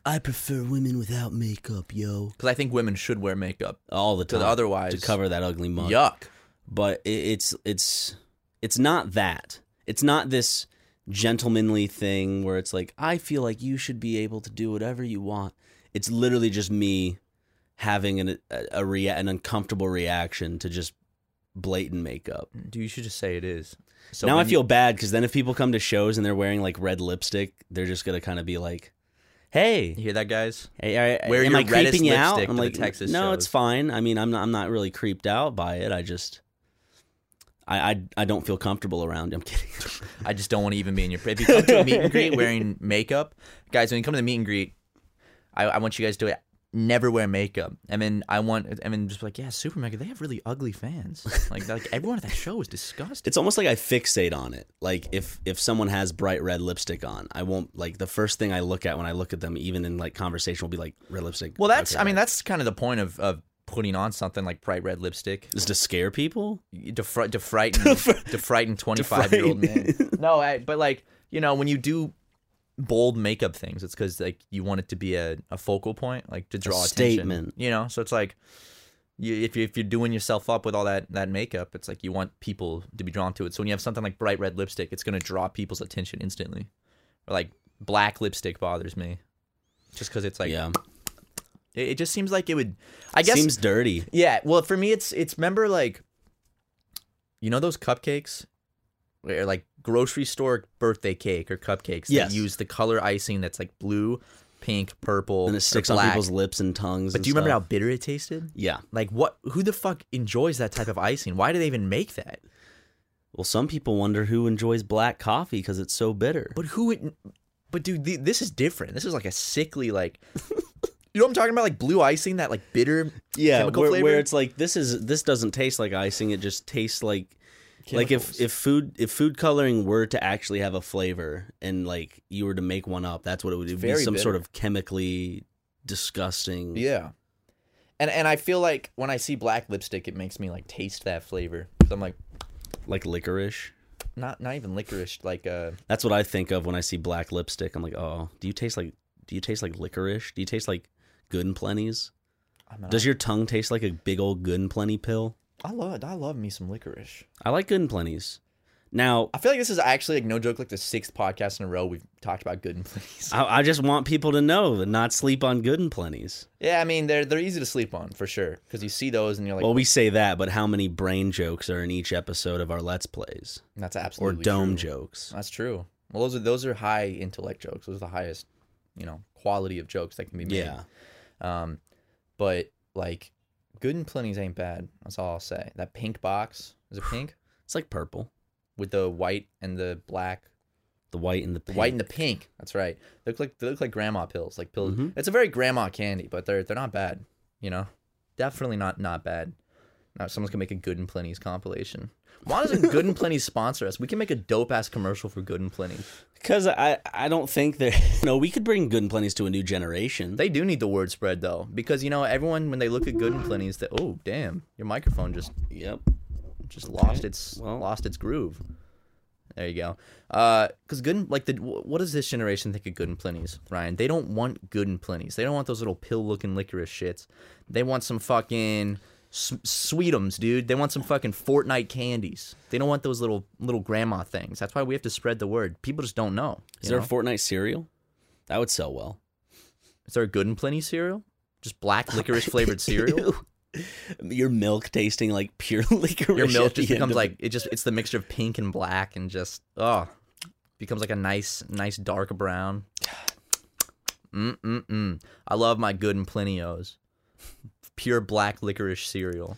Speaker 3: I prefer women without makeup, yo.
Speaker 2: Because I think women should wear makeup
Speaker 3: All the time,
Speaker 2: because otherwise,
Speaker 3: to cover that ugly mug.
Speaker 2: yuck.
Speaker 3: But it, it's it's it's not that. It's not this gentlemanly thing where it's like I feel like you should be able to do whatever you want. It's literally just me having an a, a rea- an uncomfortable reaction to just blatant makeup.
Speaker 2: Dude, you should just say it is. So
Speaker 3: now I
Speaker 2: when you-
Speaker 3: feel bad because then if people come to shows and they're wearing like red lipstick, they're just gonna kind of be like, "Hey,
Speaker 2: you hear that, guys.
Speaker 3: hey, are,
Speaker 2: Wear
Speaker 3: am
Speaker 2: your
Speaker 3: I creeping
Speaker 2: reddest
Speaker 3: you out?"
Speaker 2: lipstick
Speaker 3: I'm
Speaker 2: to the
Speaker 3: like,
Speaker 2: Texas
Speaker 3: "No,
Speaker 2: shows."
Speaker 3: it's fine. I mean, I'm not. I'm not really creeped out by it. I just, I, I, I don't feel comfortable around. you." I'm kidding.
Speaker 2: I just don't want to even be in your. If you come to a meet and greet wearing makeup, guys, when you come to the meet and greet, I, I want you guys to never wear makeup. And then I want, and then just be like, yeah, Super Mega, they have really ugly fans. Like, like everyone at that show is disgusting.
Speaker 3: it's almost like I fixate on it. Like if if someone has bright red lipstick on, I won't like the first thing I look at when I look at them, even in like conversation, will be like red lipstick.
Speaker 2: Well, that's,
Speaker 3: okay,
Speaker 2: I mean,
Speaker 3: right.
Speaker 2: that's kind of the point of, of putting on something like bright red lipstick
Speaker 3: just to scare people.
Speaker 2: to, fr- to frighten, to frighten 25 year old men. No, I, but like, you know, when you do bold makeup things, it's because like you want it to be a, a focal point, like to draw attention,
Speaker 3: statement.
Speaker 2: You know, so it's like you, if you, if you're doing yourself up with all that that makeup, it's like you want people to be drawn to it. So when you have something like bright red lipstick, it's gonna draw people's attention instantly. Or like black lipstick bothers me, just because it's like
Speaker 3: yeah,
Speaker 2: it, it just seems like it would. I guess
Speaker 3: seems dirty.
Speaker 2: yeah, well, for me, it's it's remember like, you know those cupcakes, or like grocery store birthday cake or cupcakes
Speaker 3: Yes.
Speaker 2: that use the color icing that's like blue, pink, purple,
Speaker 3: and
Speaker 2: or
Speaker 3: it sticks on
Speaker 2: black.
Speaker 3: people's lips and tongues.
Speaker 2: But do you remember how bitter it tasted?
Speaker 3: Yeah.
Speaker 2: Like what? Who the fuck enjoys that type of icing? Why do they even make that?
Speaker 3: Well, some people wonder who enjoys black coffee because it's so bitter.
Speaker 2: But who? Would, but dude, th- this is different. This is like a sickly like. You know what I'm talking about? Like blue icing, that like bitter
Speaker 3: yeah,
Speaker 2: chemical
Speaker 3: where,
Speaker 2: flavor.
Speaker 3: where it's like this is this doesn't taste like icing. It just tastes like like if
Speaker 2: Chemicals.
Speaker 3: if food if food coloring were to actually have a flavor and like you were to make one up, that's what it would be.
Speaker 2: very
Speaker 3: some sort
Speaker 2: bitter.
Speaker 3: of chemically disgusting.
Speaker 2: Yeah. And and I feel like when I see black lipstick, it makes me like taste that flavor. So I'm like,
Speaker 3: like licorice.
Speaker 2: not not even licorice, like uh,
Speaker 3: That's what I think of when I see black lipstick. I'm like, oh, do you taste like do you taste like licorice? Do you taste like good and plenty's?
Speaker 2: I, don't know.
Speaker 3: Does your tongue taste like a big old good and plenty pill?
Speaker 2: I love I love me some licorice.
Speaker 3: I like good and plenty's. Now,
Speaker 2: I feel like this is actually like no joke, like the sixth podcast in a row we've talked about good and please.
Speaker 3: I, I just want people to know and not sleep on good and plenties.
Speaker 2: yeah, I mean they're they're easy to sleep on for sure because you see those and you're like,
Speaker 3: well, we say that, but how many brain jokes are in each episode of our Let's Plays
Speaker 2: that's
Speaker 3: or
Speaker 2: absolutely
Speaker 3: dome
Speaker 2: true.
Speaker 3: jokes?
Speaker 2: That's true. Well, those are those are high intellect jokes. Those are the highest, you know, quality of jokes that can be made.
Speaker 3: Yeah,
Speaker 2: Um, but like, good and plenty's ain't bad. That's all I'll say. That pink box is it pink
Speaker 3: it's like purple,
Speaker 2: with the white and the black,
Speaker 3: the white and the
Speaker 2: the
Speaker 3: pink.
Speaker 2: white and the pink. That's right. They look like they look like grandma pills, like pills.
Speaker 3: Mhm.
Speaker 2: It's a very grandma candy, but they're they're not bad. You know, definitely not not bad. Now someone's gonna make a good and plenty's compilation. Why doesn't Good and Plenty sponsor us? We can make a dope ass commercial for Good and Plenty.
Speaker 3: because I I don't think there. no, we could bring good and plenties to a new generation.
Speaker 2: They do need the word spread though, because you know everyone when they look at Good and Plenty's, that oh damn, your microphone just
Speaker 3: yep.
Speaker 2: just lost its
Speaker 3: well.
Speaker 2: lost its groove. There you go. Because good, and- like the wh- what does this generation think of good and plenties, Ryan? They don't want good and plenties. They don't want those little pill looking licorice shits. They want some fucking s- sweetums, dude. They want some fucking Fortnite candies. They don't want those little little grandma things. That's why we have to spread the word. People just don't know.
Speaker 3: Is
Speaker 2: you
Speaker 3: there
Speaker 2: know?
Speaker 3: a Fortnite cereal? That would sell well.
Speaker 2: Is there a good and plenty cereal? Just black licorice flavored cereal.
Speaker 3: Your milk tasting like pure licorice.
Speaker 2: Your
Speaker 3: at
Speaker 2: milk
Speaker 3: the
Speaker 2: just
Speaker 3: end
Speaker 2: becomes
Speaker 3: of
Speaker 2: like it just it's the mixture of pink and black and just oh becomes like a nice, nice dark brown. Mm mm mm. I love my good and plentios. Pure black licorice cereal.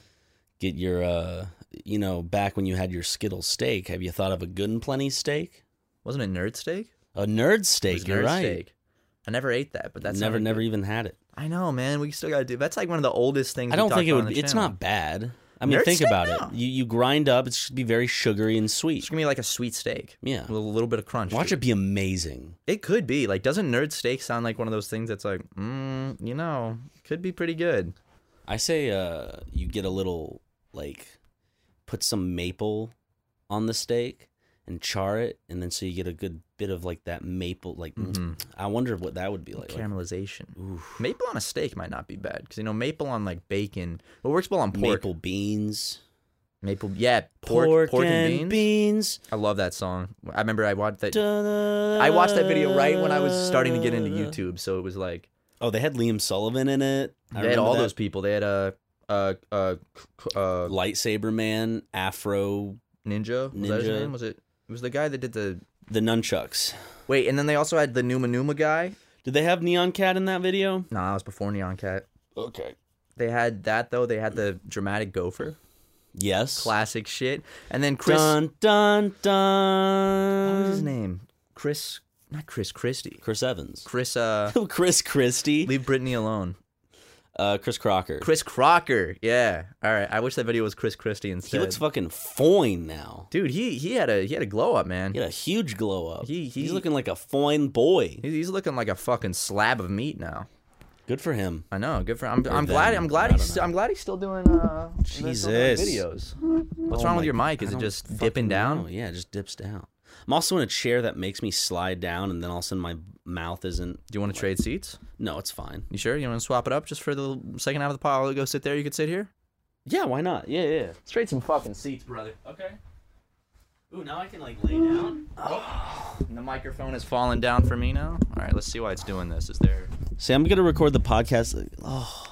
Speaker 3: Get your, uh, you know, back when you had your Skittles steak, have you thought of a good and plenty steak?
Speaker 2: Wasn't it nerd steak?
Speaker 3: A nerd
Speaker 2: It
Speaker 3: steak.
Speaker 2: was
Speaker 3: you're
Speaker 2: nerd
Speaker 3: right.
Speaker 2: steak. I never ate that, but that's
Speaker 3: never, never even had it.
Speaker 2: I know, man. We still gotta do. That's like one of the oldest things.
Speaker 3: I
Speaker 2: we
Speaker 3: don't
Speaker 2: talked
Speaker 3: think it
Speaker 2: about on
Speaker 3: would.
Speaker 2: the
Speaker 3: It's
Speaker 2: channel.
Speaker 3: not bad. I mean,
Speaker 2: Nerd
Speaker 3: think
Speaker 2: steak?
Speaker 3: about
Speaker 2: No.
Speaker 3: it. You you grind up. It should be very sugary and
Speaker 2: It's
Speaker 3: sweet.
Speaker 2: gonna be like a sweet steak.
Speaker 3: Yeah.
Speaker 2: With a little bit of crunch.
Speaker 3: Watch
Speaker 2: to
Speaker 3: it be amazing.
Speaker 2: It could be like. Doesn't nerd steak sound like one of those things that's like, mm, you know, could be pretty good.
Speaker 3: I say uh, you get a little like put some maple on the steak and char it, and then so you get a good bit of like that maple. Like
Speaker 2: Mm-hmm.
Speaker 3: I wonder what that would be like. Like,
Speaker 2: Caramelization.
Speaker 3: oof.
Speaker 2: Maple on a steak might not be bad because you know maple on like bacon. It works well on pork.
Speaker 3: maple beans,
Speaker 2: Maple. Yeah. Pork. Pork, and, beans.
Speaker 3: beans.
Speaker 2: I love that song. I remember I watched that.
Speaker 3: I
Speaker 2: I watched that video right when I was starting to get into YouTube, so it was like
Speaker 3: Oh, they had Liam Sullivan in it.
Speaker 2: they
Speaker 3: I
Speaker 2: had
Speaker 3: remember
Speaker 2: all
Speaker 3: that.
Speaker 2: those people. They had a a a, a
Speaker 3: lightsaber man, Afro,
Speaker 2: Ninja. Was that his
Speaker 3: Ninja.
Speaker 2: name? Was it? It was the guy that did the
Speaker 3: the nunchucks.
Speaker 2: wait, and then they also had the Numa Numa guy.
Speaker 3: Did they have Neon Cat in that video?
Speaker 2: No, that was before Neon Cat.
Speaker 3: Okay.
Speaker 2: They had that though. They had the dramatic gopher,
Speaker 3: Yes.
Speaker 2: classic shit. And then Chris,
Speaker 3: Dun dun dun.
Speaker 2: what was his name? Chris, not Chris Christie.
Speaker 3: Chris Evans.
Speaker 2: Chris, uh,
Speaker 3: Chris Christie.
Speaker 2: leave Britney alone.
Speaker 3: Uh, Chris Crocker.
Speaker 2: Chris Crocker. Yeah. All right. I wish that video was Chris Christie
Speaker 3: he
Speaker 2: instead.
Speaker 3: looks fucking foine now.
Speaker 2: Dude, he he had a he had a glow up, man.
Speaker 3: He had a huge glow up.
Speaker 2: He- he-
Speaker 3: he's looking like a foine boy.
Speaker 2: He's, he's looking like a fucking slab of meat now.
Speaker 3: Good for him.
Speaker 2: I know. Good for. I'm, I'm
Speaker 3: them.
Speaker 2: glad. I'm glad
Speaker 3: I
Speaker 2: he's.
Speaker 3: don't know.
Speaker 2: I'm glad he's still doing. Uh, they're still doing
Speaker 3: Jesus.
Speaker 2: videos. What's wrong with your mic? Is it just dipping down?
Speaker 3: Oh yeah, it just dips down. I'm also in a chair that makes me slide down, and then all of a sudden my mouth isn't.
Speaker 2: Do you want to trade seats?
Speaker 3: No, it's fine.
Speaker 2: You sure? You want to swap it up just for the second out of the pile? Go sit there. You could sit here.
Speaker 3: Yeah, why not? Yeah, yeah.
Speaker 2: Let's trade some fucking seats, brother. Okay.
Speaker 3: Ooh, now I can like lay down.
Speaker 2: And the microphone is falling down for me now. All right. Let's see why it's doing this. Is there?
Speaker 3: See, I'm gonna record the podcast. like, Oh,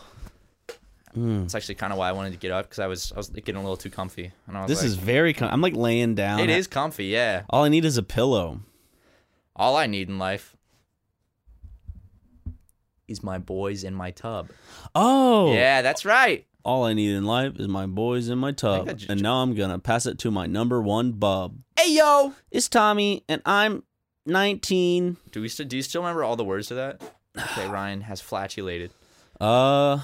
Speaker 3: Hmm.
Speaker 2: That's actually kind of why I wanted to get up because I was I was getting a little too comfy. And I was
Speaker 3: this
Speaker 2: like,
Speaker 3: is very. Com- I'm like laying down.
Speaker 2: It is comfy. Yeah.
Speaker 3: All I need is a pillow.
Speaker 2: All I need in life is my boys in my tub.
Speaker 3: Oh,
Speaker 2: Yeah, that's right.
Speaker 3: All I need in life is my boys in my tub,
Speaker 2: I j-
Speaker 3: and now I'm gonna pass it to my number one bub.
Speaker 2: Hey yo.
Speaker 3: It's Tommy, and I'm 19.
Speaker 2: Do we still do you still remember all the words to that? Okay, Ryan has flatulated.
Speaker 3: Uh,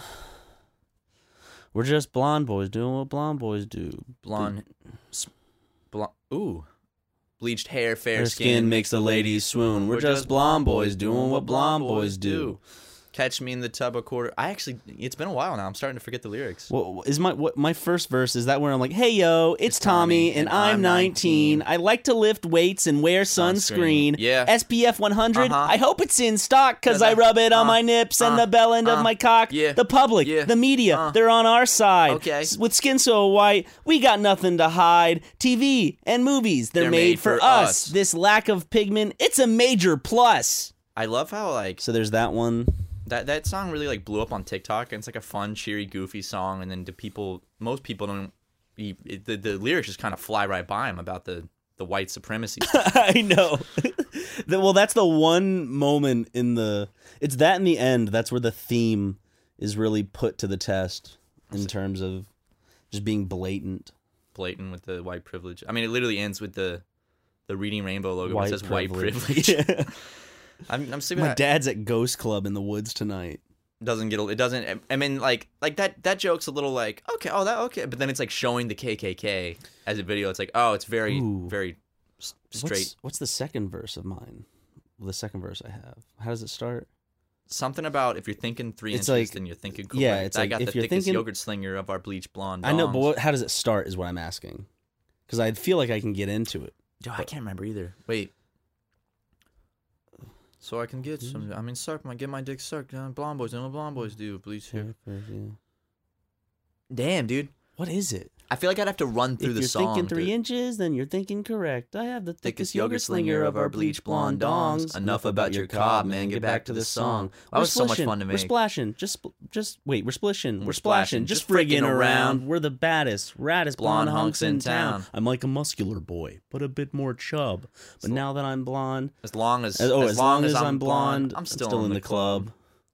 Speaker 3: we're just blonde boys doing what blonde boys do.
Speaker 2: Blonde, sp- blonde. Ooh, bleached hair, fair
Speaker 3: Their skin makes the ladies swoon. We're just blonde boys doing what blonde boys do.
Speaker 2: Catch me in the tub a quarter. I actually, it's been a while now. I'm starting to forget the lyrics.
Speaker 3: What is my what my first verse? Is that where I'm like, "Hey yo, it's, Tommy, and I'm 19. I like to lift weights and wear
Speaker 2: Sunscreen.
Speaker 3: sunscreen.
Speaker 2: Yeah.
Speaker 3: SPF 100.
Speaker 2: Uh-huh.
Speaker 3: I hope it's in stock because I rub it on
Speaker 2: Uh,
Speaker 3: my nips and
Speaker 2: uh,
Speaker 3: the bell end
Speaker 2: uh,
Speaker 3: of my cock.
Speaker 2: yeah,
Speaker 3: The public,
Speaker 2: yeah,
Speaker 3: the media,
Speaker 2: uh.
Speaker 3: they're on our side.
Speaker 2: Okay.
Speaker 3: S- with skin so white, we got nothing to hide. TV and movies, they're,
Speaker 2: They're
Speaker 3: made,
Speaker 2: made
Speaker 3: for,
Speaker 2: for us.
Speaker 3: us. This lack of pigment, it's a major plus.
Speaker 2: I love how like
Speaker 3: So there's that one.
Speaker 2: that that song really like blew up on TikTok, and it's like a fun, cheery, goofy song. And then to people, most people don't. e- it- The, the lyrics just kind of fly right by them about the the white supremacy.
Speaker 3: I know. The- well, that's the one moment in the. It's that in the end. That's where the theme is really put to the test in terms of just being blatant.
Speaker 2: blatant with the white privilege. I mean, it literally ends with the the reading rainbow logo. White it
Speaker 3: White
Speaker 2: says white
Speaker 3: privilege.
Speaker 2: privilege.
Speaker 3: Yeah.
Speaker 2: I'm, I'm assuming
Speaker 3: My
Speaker 2: that
Speaker 3: dad's at Ghost Club in the woods tonight.
Speaker 2: doesn't get. a- It doesn't. I mean, like like that that joke's a little like okay, oh that okay, but then it's like showing the KKK as a video. It's like oh, it's very
Speaker 3: Ooh.
Speaker 2: very s- straight.
Speaker 3: What's, what's the second verse of mine? The second verse I have. How does it start?
Speaker 2: Something about if you're thinking three
Speaker 3: It's
Speaker 2: inches,
Speaker 3: like-
Speaker 2: then you're thinking correct.
Speaker 3: yeah, it's
Speaker 2: I
Speaker 3: like,
Speaker 2: got
Speaker 3: if
Speaker 2: the
Speaker 3: you're
Speaker 2: thickest
Speaker 3: thinking-
Speaker 2: yogurt slinger of our bleached blonde.
Speaker 3: I know, but
Speaker 2: dongs.
Speaker 3: what, how does it start is what I'm asking. Because I feel like I can get into it.
Speaker 2: Dude, I can't remember either. Wait. So I can get some. I mean, suck my get my dick sucked. uh, Blonde boys, and what blonde boys do bleach hair.
Speaker 3: Yeah.
Speaker 2: Damn, dude.
Speaker 3: What is it?
Speaker 2: I feel like I'd have to run through
Speaker 3: if
Speaker 2: the
Speaker 3: you're
Speaker 2: song.
Speaker 3: thinking three
Speaker 2: to-
Speaker 3: inches, then you're thinking correct. I have the thickest
Speaker 2: Thickest
Speaker 3: yogurt slinger of our bleach blonde dongs.
Speaker 2: Enough about your cob, man. Get back to the song. That
Speaker 3: We're
Speaker 2: was so much
Speaker 3: splishing.
Speaker 2: fun to
Speaker 3: We're
Speaker 2: make.
Speaker 3: splashing. Just, spl- just wait. We're splishing. We're,
Speaker 2: We're splashing.
Speaker 3: splashing. Just
Speaker 2: Just friggin'
Speaker 3: friggin' around.
Speaker 2: around.
Speaker 3: We're the baddest, raddest blonde, hunks in town. I'm like a muscular boy, but a bit more chub. But now that I'm blonde,
Speaker 2: As long as,
Speaker 3: oh,
Speaker 2: as, long as,
Speaker 3: I'm,
Speaker 2: blonde,
Speaker 3: blonde,
Speaker 2: I'm still, in, the club.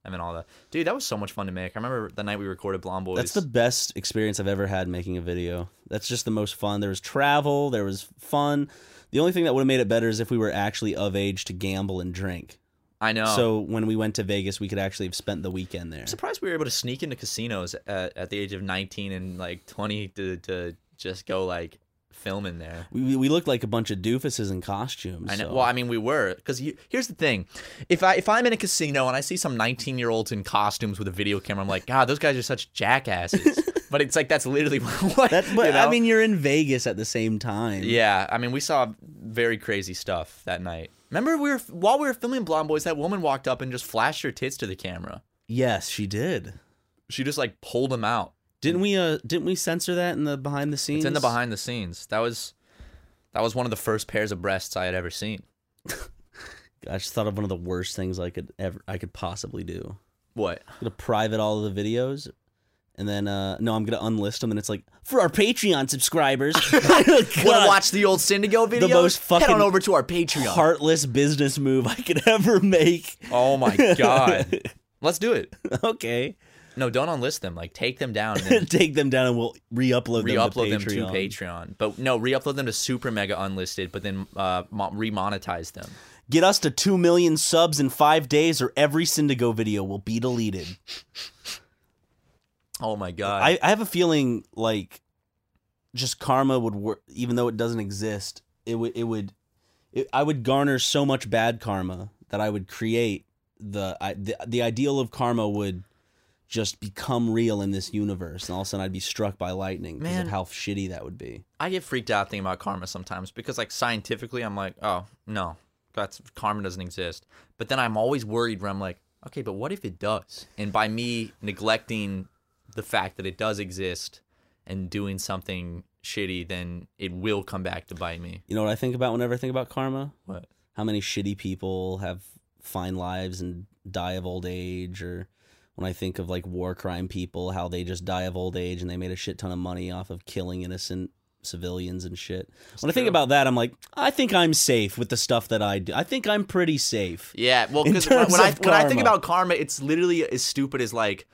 Speaker 2: I mean, all that. Dude, that was so much fun to make. I remember the night we recorded Blonde Boys.
Speaker 3: That's the best experience I've ever had making a video. That's just the most fun. There was travel, there was fun. The only thing that would have made it better is if we were actually of age to gamble and drink.
Speaker 2: I know.
Speaker 3: So when we went to Vegas, we could actually have spent the weekend there.
Speaker 2: I'm surprised we were able to sneak into casinos at, at the age of 19 and like 20 to, to just go like film in there.
Speaker 3: We, we- we looked like a bunch of doofuses in costumes.
Speaker 2: I know.
Speaker 3: so-
Speaker 2: Well, I mean, we were because here's the thing: if I if I'm in a casino and I see some 19 year olds in costumes with a video camera, I'm like, God, those guys are such jackasses. but it's like that's literally what.
Speaker 3: That- but
Speaker 2: you know?
Speaker 3: I mean, you're in Vegas at the same time.
Speaker 2: yeah. I mean, we saw very crazy stuff that night. Remember, we were while we were filming Blonde Boys, that woman walked up and just flashed her tits to the camera.
Speaker 3: Yes, she did.
Speaker 2: She just like pulled them out.
Speaker 3: Didn't we? Uh, didn't we censor that in the behind the scenes?
Speaker 2: It's in the behind the scenes. That was that was one of the first pairs of breasts I had ever seen.
Speaker 3: I just thought of one of the worst things I could ever I could possibly do.
Speaker 2: What?
Speaker 3: gonna private all of the videos and then uh no i'm gonna unlist them and it's like for our patreon subscribers
Speaker 2: Want to
Speaker 3: God,
Speaker 2: watch the old Syndigo videos?
Speaker 3: most
Speaker 2: Head
Speaker 3: fucking
Speaker 2: on over to our Patreon.
Speaker 3: heartless business move i could ever make
Speaker 2: Oh my god. Let's do it.
Speaker 3: okay
Speaker 2: No, don't unlist them. Like take them down and then
Speaker 3: take them down and we'll re-upload,
Speaker 2: re-upload them
Speaker 3: them to
Speaker 2: to
Speaker 3: patreon,
Speaker 2: Patreon. But no, re-upload them to super mega unlisted, but then uh mo- re-monetize them.
Speaker 3: get us to 2 million subs in five days or every syndigo video will be deleted
Speaker 2: Oh my god.
Speaker 3: I, I have a feeling like just karma would work, even though it doesn't exist. It would it would it, I would garner so much bad karma that I would create the I, the the ideal of karma would just become real in this universe, and all of a sudden I'd be struck by lightning because
Speaker 2: Man.
Speaker 3: of how shitty that would be.
Speaker 2: I get freaked out thinking about karma sometimes because, like, scientifically, I'm like, oh no, that's karma doesn't exist. But then I'm always worried where I'm like, okay, but what if it does? And by me neglecting the fact that it does exist and doing something shitty, then it will come back to bite me.
Speaker 3: You know what I think about whenever I think about karma?
Speaker 2: What?
Speaker 3: How many shitty people have fine lives and die of old age or when I think of like war crime people, how they just die of old age and they made a shit ton of money off of killing innocent civilians and shit. when I think
Speaker 2: true.
Speaker 3: about that, I'm like, I think I'm safe with the stuff that I do. I think I'm pretty safe.
Speaker 2: Yeah, well,
Speaker 3: In
Speaker 2: because when,
Speaker 3: terms
Speaker 2: when I
Speaker 3: of
Speaker 2: when I think
Speaker 3: karma.
Speaker 2: about karma, it's literally as stupid as like,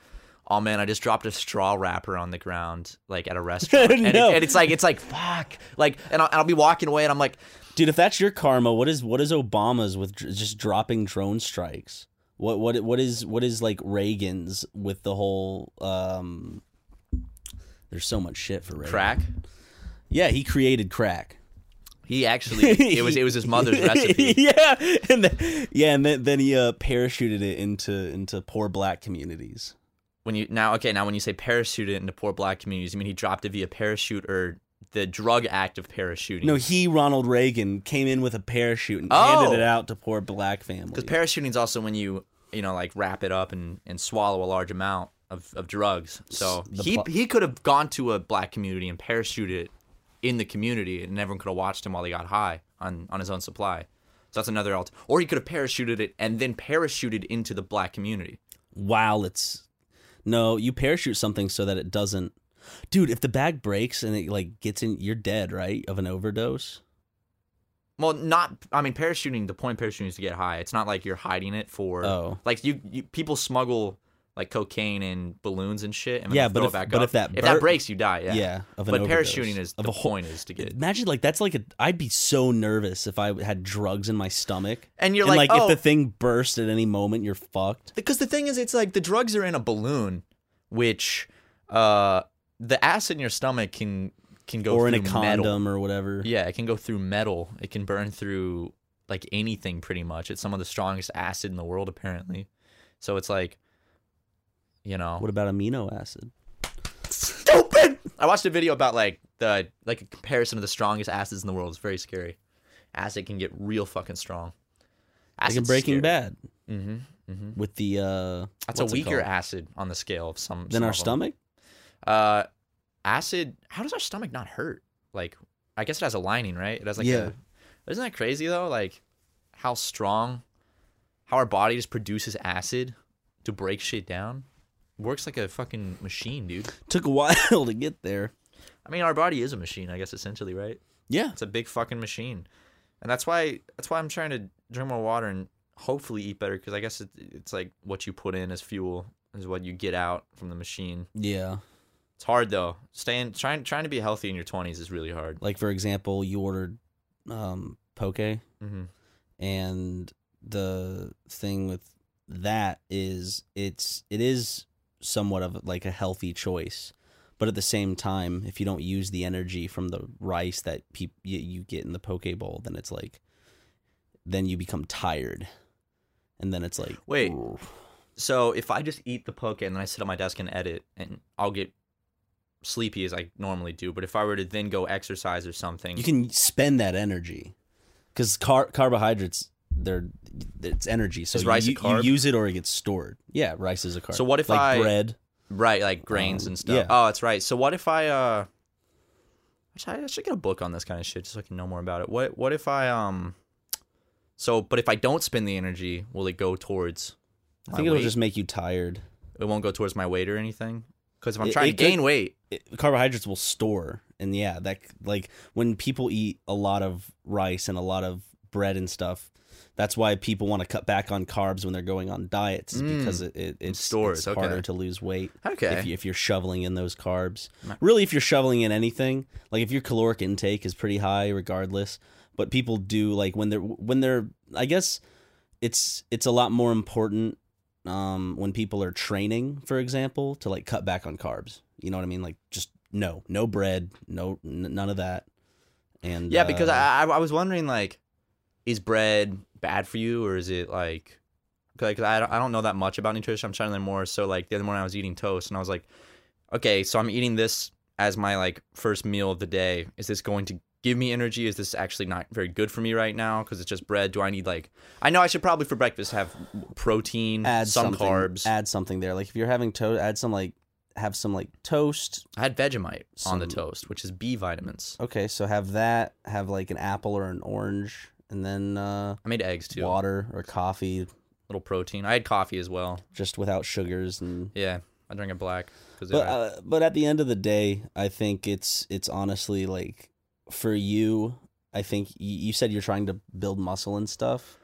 Speaker 2: oh man, I just dropped a straw wrapper on the ground like at a restaurant, and, it-
Speaker 3: No.
Speaker 2: and it's like it's like fuck, like, and I'll, I'll be walking away, and I'm like.
Speaker 3: Dude, if that's your karma, what is what is Obama's with dr- just dropping drone strikes? What what what is what is like Reagan's with the whole um there's so much shit for Reagan.
Speaker 2: crack.
Speaker 3: Yeah, he created crack.
Speaker 2: He actually it was it was his mother's recipe.
Speaker 3: yeah, and then, yeah, and then, then he uh, parachuted it into into poor black communities.
Speaker 2: When you now okay now when you say parachute it into poor black communities, you mean he dropped it via parachute or the drug act of parachuting?
Speaker 3: No, he Ronald Reagan came in with a parachute and
Speaker 2: Oh.
Speaker 3: handed it out to poor black families.
Speaker 2: because parachuting is also when you you know like wrap it up and and swallow a large amount of of drugs. So
Speaker 3: The
Speaker 2: he
Speaker 3: pl-
Speaker 2: he could have gone to a black community and parachuted it in the community, and everyone could have watched him while he got high on on his own supply. So that's another alt. Or he could have parachuted it and then parachuted into the black community.
Speaker 3: wow, it's no, you parachute something so that it doesn't. Dude, if the bag breaks and it like gets in, you're dead, right? Of an overdose.
Speaker 2: Well, not. I mean, parachuting. The point of parachuting is to get high. It's not like you're hiding it for.
Speaker 3: Oh.
Speaker 2: Like you, you people smuggle like cocaine and balloons and shit. And then
Speaker 3: Yeah,
Speaker 2: they
Speaker 3: but
Speaker 2: throw
Speaker 3: if-
Speaker 2: it back
Speaker 3: but
Speaker 2: up.
Speaker 3: if that
Speaker 2: if that
Speaker 3: bur-
Speaker 2: breaks, you die. Yeah.
Speaker 3: Yeah, of an
Speaker 2: but
Speaker 3: overdose.
Speaker 2: parachuting is
Speaker 3: Of
Speaker 2: the
Speaker 3: a whole-
Speaker 2: point is to get.
Speaker 3: Imagine like that's like a. I'd be so nervous if I had drugs in my stomach.
Speaker 2: And you're
Speaker 3: and
Speaker 2: like,
Speaker 3: like,
Speaker 2: oh.
Speaker 3: if the thing burst at any moment, you're fucked.
Speaker 2: Because the thing is, it's like the drugs are in a balloon, which uh, the acid in your stomach can can go
Speaker 3: or in
Speaker 2: through
Speaker 3: a condom
Speaker 2: metal.
Speaker 3: or whatever.
Speaker 2: Yeah, it can go through metal. It can burn through like anything pretty much. It's some of the strongest acid in the world apparently. So it's like you know.
Speaker 3: What about amino acid?
Speaker 2: Stupid. I watched a video about like the like a comparison of the strongest acids in the world. It's very scary. Acid can get real fucking strong.
Speaker 3: Like in Breaking Bad
Speaker 2: Mm-hmm. Mm-hmm.
Speaker 3: with the uh
Speaker 2: That's
Speaker 3: what's
Speaker 2: a
Speaker 3: it
Speaker 2: weaker
Speaker 3: called?
Speaker 2: acid on the scale of some.
Speaker 3: than
Speaker 2: some
Speaker 3: our
Speaker 2: of 'em.
Speaker 3: stomach.
Speaker 2: Uh, acid. How does our stomach not hurt? Like, I guess it has a lining, right? It has like
Speaker 3: Yeah.
Speaker 2: a. Isn't that crazy though? Like, how strong, how our body just produces acid to break shit down. Works like a fucking machine, dude.
Speaker 3: Took a while to get there.
Speaker 2: I mean, our body is a machine, I guess, essentially, right?
Speaker 3: Yeah.
Speaker 2: It's a big fucking machine, and that's why that's why I'm trying to drink more water and hopefully eat better because I guess it, it's like what you put in as fuel is what you get out from the machine.
Speaker 3: Yeah.
Speaker 2: It's hard though. Staying trying trying to be healthy in your 20s is really hard.
Speaker 3: Like for example, you ordered um poke
Speaker 2: Mm-hmm.
Speaker 3: and the thing with that is it's it is somewhat of like a healthy choice but at the same time if you don't use the energy from the rice that peop you, you get in the poke bowl then it's like then you become tired and then it's like
Speaker 2: Wait.
Speaker 3: ooh.
Speaker 2: So if I just eat the poke and then I sit on my desk and edit, and I'll get sleepy as I normally do. But if I were to then go exercise or something,
Speaker 3: you can spend that energy because car- carbohydrates they're it's energy so
Speaker 2: Is
Speaker 3: you,
Speaker 2: rice a
Speaker 3: you- you
Speaker 2: carb?
Speaker 3: use it or it gets stored yeah rice is a carb
Speaker 2: So what if
Speaker 3: like
Speaker 2: I-
Speaker 3: bread
Speaker 2: right, like grains
Speaker 3: Um,
Speaker 2: and stuff.
Speaker 3: yeah.
Speaker 2: Oh, that's right. So what if I uh, I should, I should get a book on this kind of shit just so I can know more about it. What what if I um, so but if I don't spend the energy, will it go towards?
Speaker 3: i
Speaker 2: my
Speaker 3: think it'll
Speaker 2: weight?
Speaker 3: just make you tired
Speaker 2: it won't go towards my weight or anything. Because if I'm
Speaker 3: It-
Speaker 2: trying to
Speaker 3: it could-
Speaker 2: gain weight,
Speaker 3: it- carbohydrates will store and yeah that c- like when people eat a lot of rice and a lot of bread and stuff that's why people want to cut back on carbs when they're going on diets is
Speaker 2: Mm.
Speaker 3: because it, it, it's,
Speaker 2: stores,
Speaker 3: it's
Speaker 2: okay.
Speaker 3: harder to lose weight
Speaker 2: okay,
Speaker 3: if, you, if you're shoveling in those carbs
Speaker 2: Ma-
Speaker 3: really if you're shoveling in anything like if your caloric intake is pretty high regardless but people do like when they're when they're i guess it's it's a lot more important um when people are training for example to like cut back on carbs you know what i mean like just no no bread no n- none of that and
Speaker 2: Yeah, because
Speaker 3: uh,
Speaker 2: I, I I was wondering like, is bread bad for you or is it like, because I don't, I don't know that much about nutrition. I'm trying to learn more. So like the other morning I was eating toast and I was like, okay, so I'm eating this as my like first meal of the day. Is this going to give me energy? Is this actually not very good for me right now? Because it's just bread. Do I need like? I know I should probably for breakfast have protein,
Speaker 3: add
Speaker 2: some
Speaker 3: something-
Speaker 2: carbs.
Speaker 3: add something there like if you're having toast add some like have some like toast
Speaker 2: I had Vegemite on the
Speaker 3: Some-
Speaker 2: toast, which is B vitamins.
Speaker 3: okay so have that have like an apple or an orange and then uh
Speaker 2: I made eggs too.
Speaker 3: water or coffee
Speaker 2: Little protein. I had coffee as well.
Speaker 3: just without sugars and
Speaker 2: Yeah, I drank it black because
Speaker 3: but uh, but at the end of the day i think it's it's honestly like for you i think y- you said you're trying to build muscle and stuff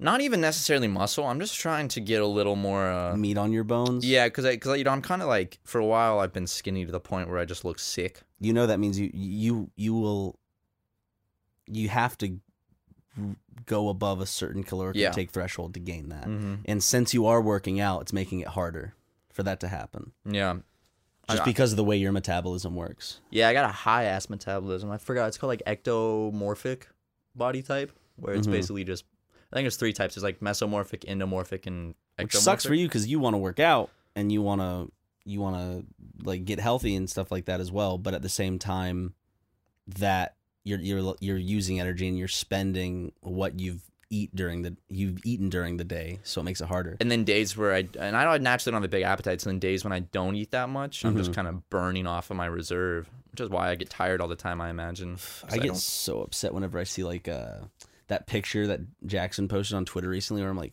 Speaker 2: not even necessarily muscle. I'm just trying to get a little more. Uh,
Speaker 3: meat on your bones
Speaker 2: yeah, because I, cause, you know, I'm kind of like for a while I've been skinny to the point where I just look sick.
Speaker 3: you know that means you you you will you have to go above a certain caloric
Speaker 2: Yeah.
Speaker 3: intake threshold to gain that
Speaker 2: Mm-hmm.
Speaker 3: and since you are working out it's making it harder for that to happen
Speaker 2: Yeah,
Speaker 3: just
Speaker 2: I-
Speaker 3: because of the way your metabolism works
Speaker 2: yeah, I got a high ass metabolism. I forgot it's called like ectomorphic body type, where it's
Speaker 3: Mhm.
Speaker 2: basically just. I think there's three types. There's like mesomorphic, endomorphic, and ectomorphic.
Speaker 3: which sucks for you because you want to work out and you want to you want to like get healthy and stuff like that as well but at the same time that you're you're you're using energy and you're spending what you've eat during the you've eaten during the day so it makes it harder
Speaker 2: And then days where I and I don't naturally don't have a big appetite. So then days when I don't eat that much, I'm
Speaker 3: Mm-hmm.
Speaker 2: just kind of burning off of my reserve, which is why I get tired all the time. I imagine. 'Cause
Speaker 3: i get
Speaker 2: don't-
Speaker 3: so upset whenever i see like uh that picture that jackson posted on twitter recently where i'm like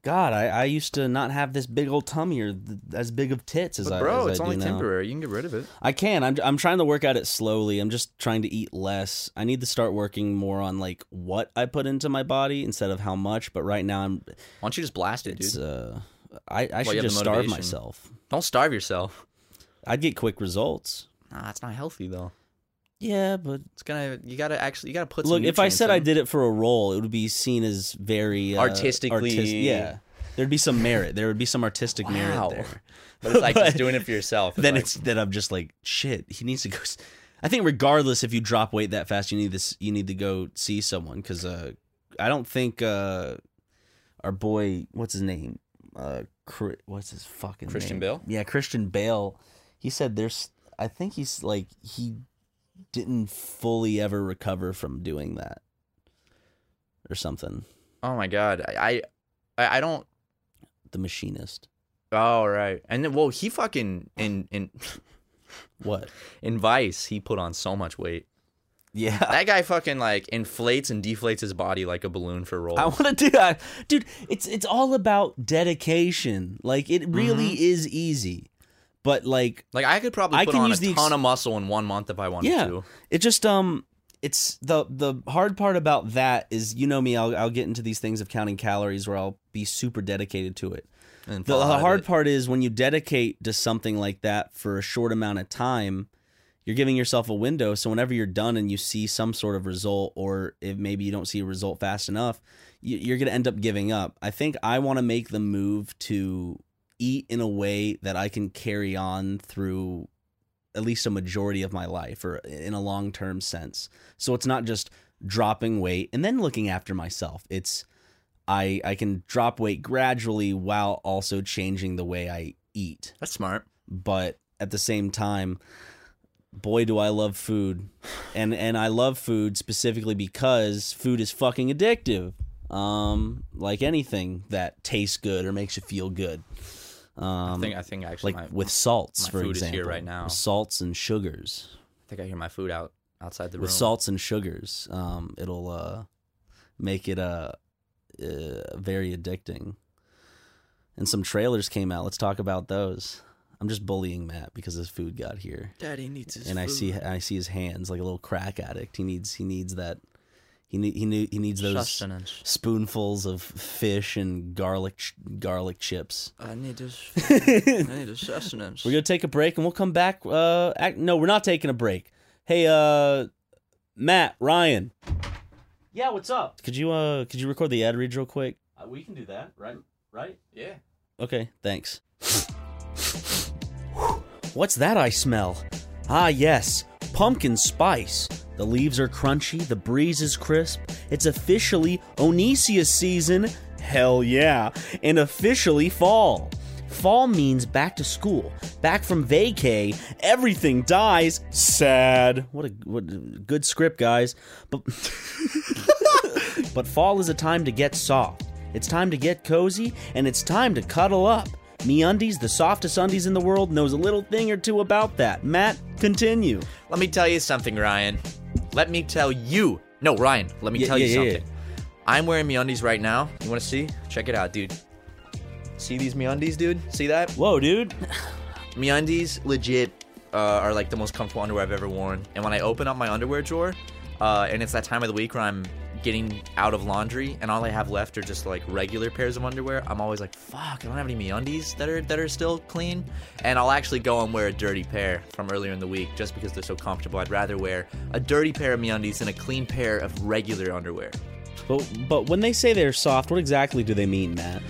Speaker 3: god i, I used to not have this big old tummy or th- as big of tits as
Speaker 2: But
Speaker 3: i
Speaker 2: bro,
Speaker 3: as
Speaker 2: it's
Speaker 3: I do
Speaker 2: only
Speaker 3: now.
Speaker 2: temporary. You can get rid of it.
Speaker 3: I can. I'm I'm trying to work at it slowly. I'm just trying to eat less. I need to start working more on like what I put into my body instead of how much. But right now I'm
Speaker 2: Why don't you just blast it,
Speaker 3: it's
Speaker 2: dude?
Speaker 3: uh I, I
Speaker 2: you
Speaker 3: should
Speaker 2: have the
Speaker 3: just starve
Speaker 2: motivation.
Speaker 3: myself.
Speaker 2: Don't starve yourself.
Speaker 3: I'd get quick results.
Speaker 2: Nah, it's not healthy though.
Speaker 3: Yeah, but
Speaker 2: It's gonna you gotta actually you gotta put.
Speaker 3: look,
Speaker 2: some
Speaker 3: if I
Speaker 2: nutrients
Speaker 3: said I
Speaker 2: in.
Speaker 3: did it for a role, it would be seen as very uh,
Speaker 2: Artistically-
Speaker 3: yeah, there'd be some merit. There would be some artistic
Speaker 2: Wow.
Speaker 3: merit there.
Speaker 2: but it's like just
Speaker 3: but-
Speaker 2: doing it for yourself.
Speaker 3: then
Speaker 2: like,
Speaker 3: it's that I'm just like shit. He needs to go. s- I think regardless if you drop weight that fast, you need this. You need to go see someone because uh, I don't think uh, our boy, what's his name, uh, Chri- what's his fucking
Speaker 2: Christian
Speaker 3: name?
Speaker 2: Bale?
Speaker 3: Yeah, Christian Bale. He said there's. I think he's like he didn't fully ever recover from doing that or something.
Speaker 2: oh my god, I I, I don't.
Speaker 3: The machinist.
Speaker 2: Oh right, and then well he fucking in in
Speaker 3: What?
Speaker 2: In Vice, he put on so much weight.
Speaker 3: Yeah.
Speaker 2: That guy fucking like inflates and deflates his body like a balloon for roll.
Speaker 3: I want to do that. Dude, it's it's all about dedication. Like it really is easy. But like
Speaker 2: like I could probably
Speaker 3: I
Speaker 2: put
Speaker 3: can
Speaker 2: on
Speaker 3: use
Speaker 2: a
Speaker 3: the
Speaker 2: ton
Speaker 3: ex-
Speaker 2: of muscle in one month if I wanted
Speaker 3: yeah,
Speaker 2: to.
Speaker 3: it just um it's the the hard part about that is you know me I'll I'll get into these things of counting calories where I'll be super dedicated to it.
Speaker 2: And
Speaker 3: The,
Speaker 2: fall out
Speaker 3: the
Speaker 2: of
Speaker 3: hard
Speaker 2: it.
Speaker 3: part is when you dedicate to something like that for a short amount of time, you're giving yourself a window. So whenever you're done and you see some sort of result, or if maybe you don't see a result fast enough, you- you're going to end up giving up. I think I want to make the move to eat in a way that I can carry on through at least a majority of my life or in a long term sense. So it's not just dropping weight and then looking after myself. It's I I can drop weight gradually while also changing the way I eat.
Speaker 2: That's smart.
Speaker 3: But at the same time, boy do I love food. And and I love food specifically because food is fucking addictive. Um like anything that tastes good or makes you feel good. Um
Speaker 2: I think I think actually
Speaker 3: like
Speaker 2: my,
Speaker 3: with salts
Speaker 2: my
Speaker 3: for
Speaker 2: food is
Speaker 3: example
Speaker 2: here right now.
Speaker 3: with salts and sugars
Speaker 2: I think I hear my food out outside the room.
Speaker 3: with salts and sugars um it'll uh make it uh, uh very addicting and some trailers came out let's talk about those i'm just bullying matt because his food got here
Speaker 2: Daddy needs his
Speaker 3: and i
Speaker 2: food.
Speaker 3: see i see his hands like a little crack addict he needs he needs that he need, he, need, he needs those
Speaker 2: sustenance.
Speaker 3: spoonfuls of fish and garlic ch- garlic chips
Speaker 2: I need this. I need a sustenance.
Speaker 3: We're gonna take a break and we'll come back. Uh, act, no, we're not taking a break. Hey, uh, Matt, Ryan. Yeah, what's up? Could you uh, could you record the ad read real quick? Uh, we can do that, right? Right?
Speaker 2: yeah.
Speaker 3: Okay, thanks. What's that I smell? Ah, yes, pumpkin spice. The leaves are crunchy, the breeze is crisp. It's officially Onesia season. Hell yeah, and officially fall. Fall means back to school, back from vacay. Everything dies. Sad. What a what a good script, guys. But but fall is a time to get soft. It's time to get cozy, and it's time to cuddle up. MeUndies, the softest undies in the world, knows a little thing or two about that. Matt, continue.
Speaker 2: Let me tell you something, Ryan. Let me tell you. No, Ryan. Let me
Speaker 3: Yeah,
Speaker 2: tell you
Speaker 3: yeah, yeah,
Speaker 2: something. I'm wearing MeUndies right now. You want to see? Check it out, dude. See these MeUndies, dude? See that?
Speaker 3: Whoa, dude.
Speaker 2: MeUndies legit uh, are like the most comfortable underwear I've ever worn. And when I open up my underwear drawer, uh, and it's that time of the week where I'm getting out of laundry, and all I have left are just like regular pairs of underwear. I'm always like, "Fuck, I don't have any MeUndies that are that are still clean." And I'll actually go and wear a dirty pair from earlier in the week just because they're so comfortable. I'd rather wear a dirty pair of MeUndies than a clean pair of regular underwear.
Speaker 3: But, but when they say they're soft, what exactly do they mean, Matt?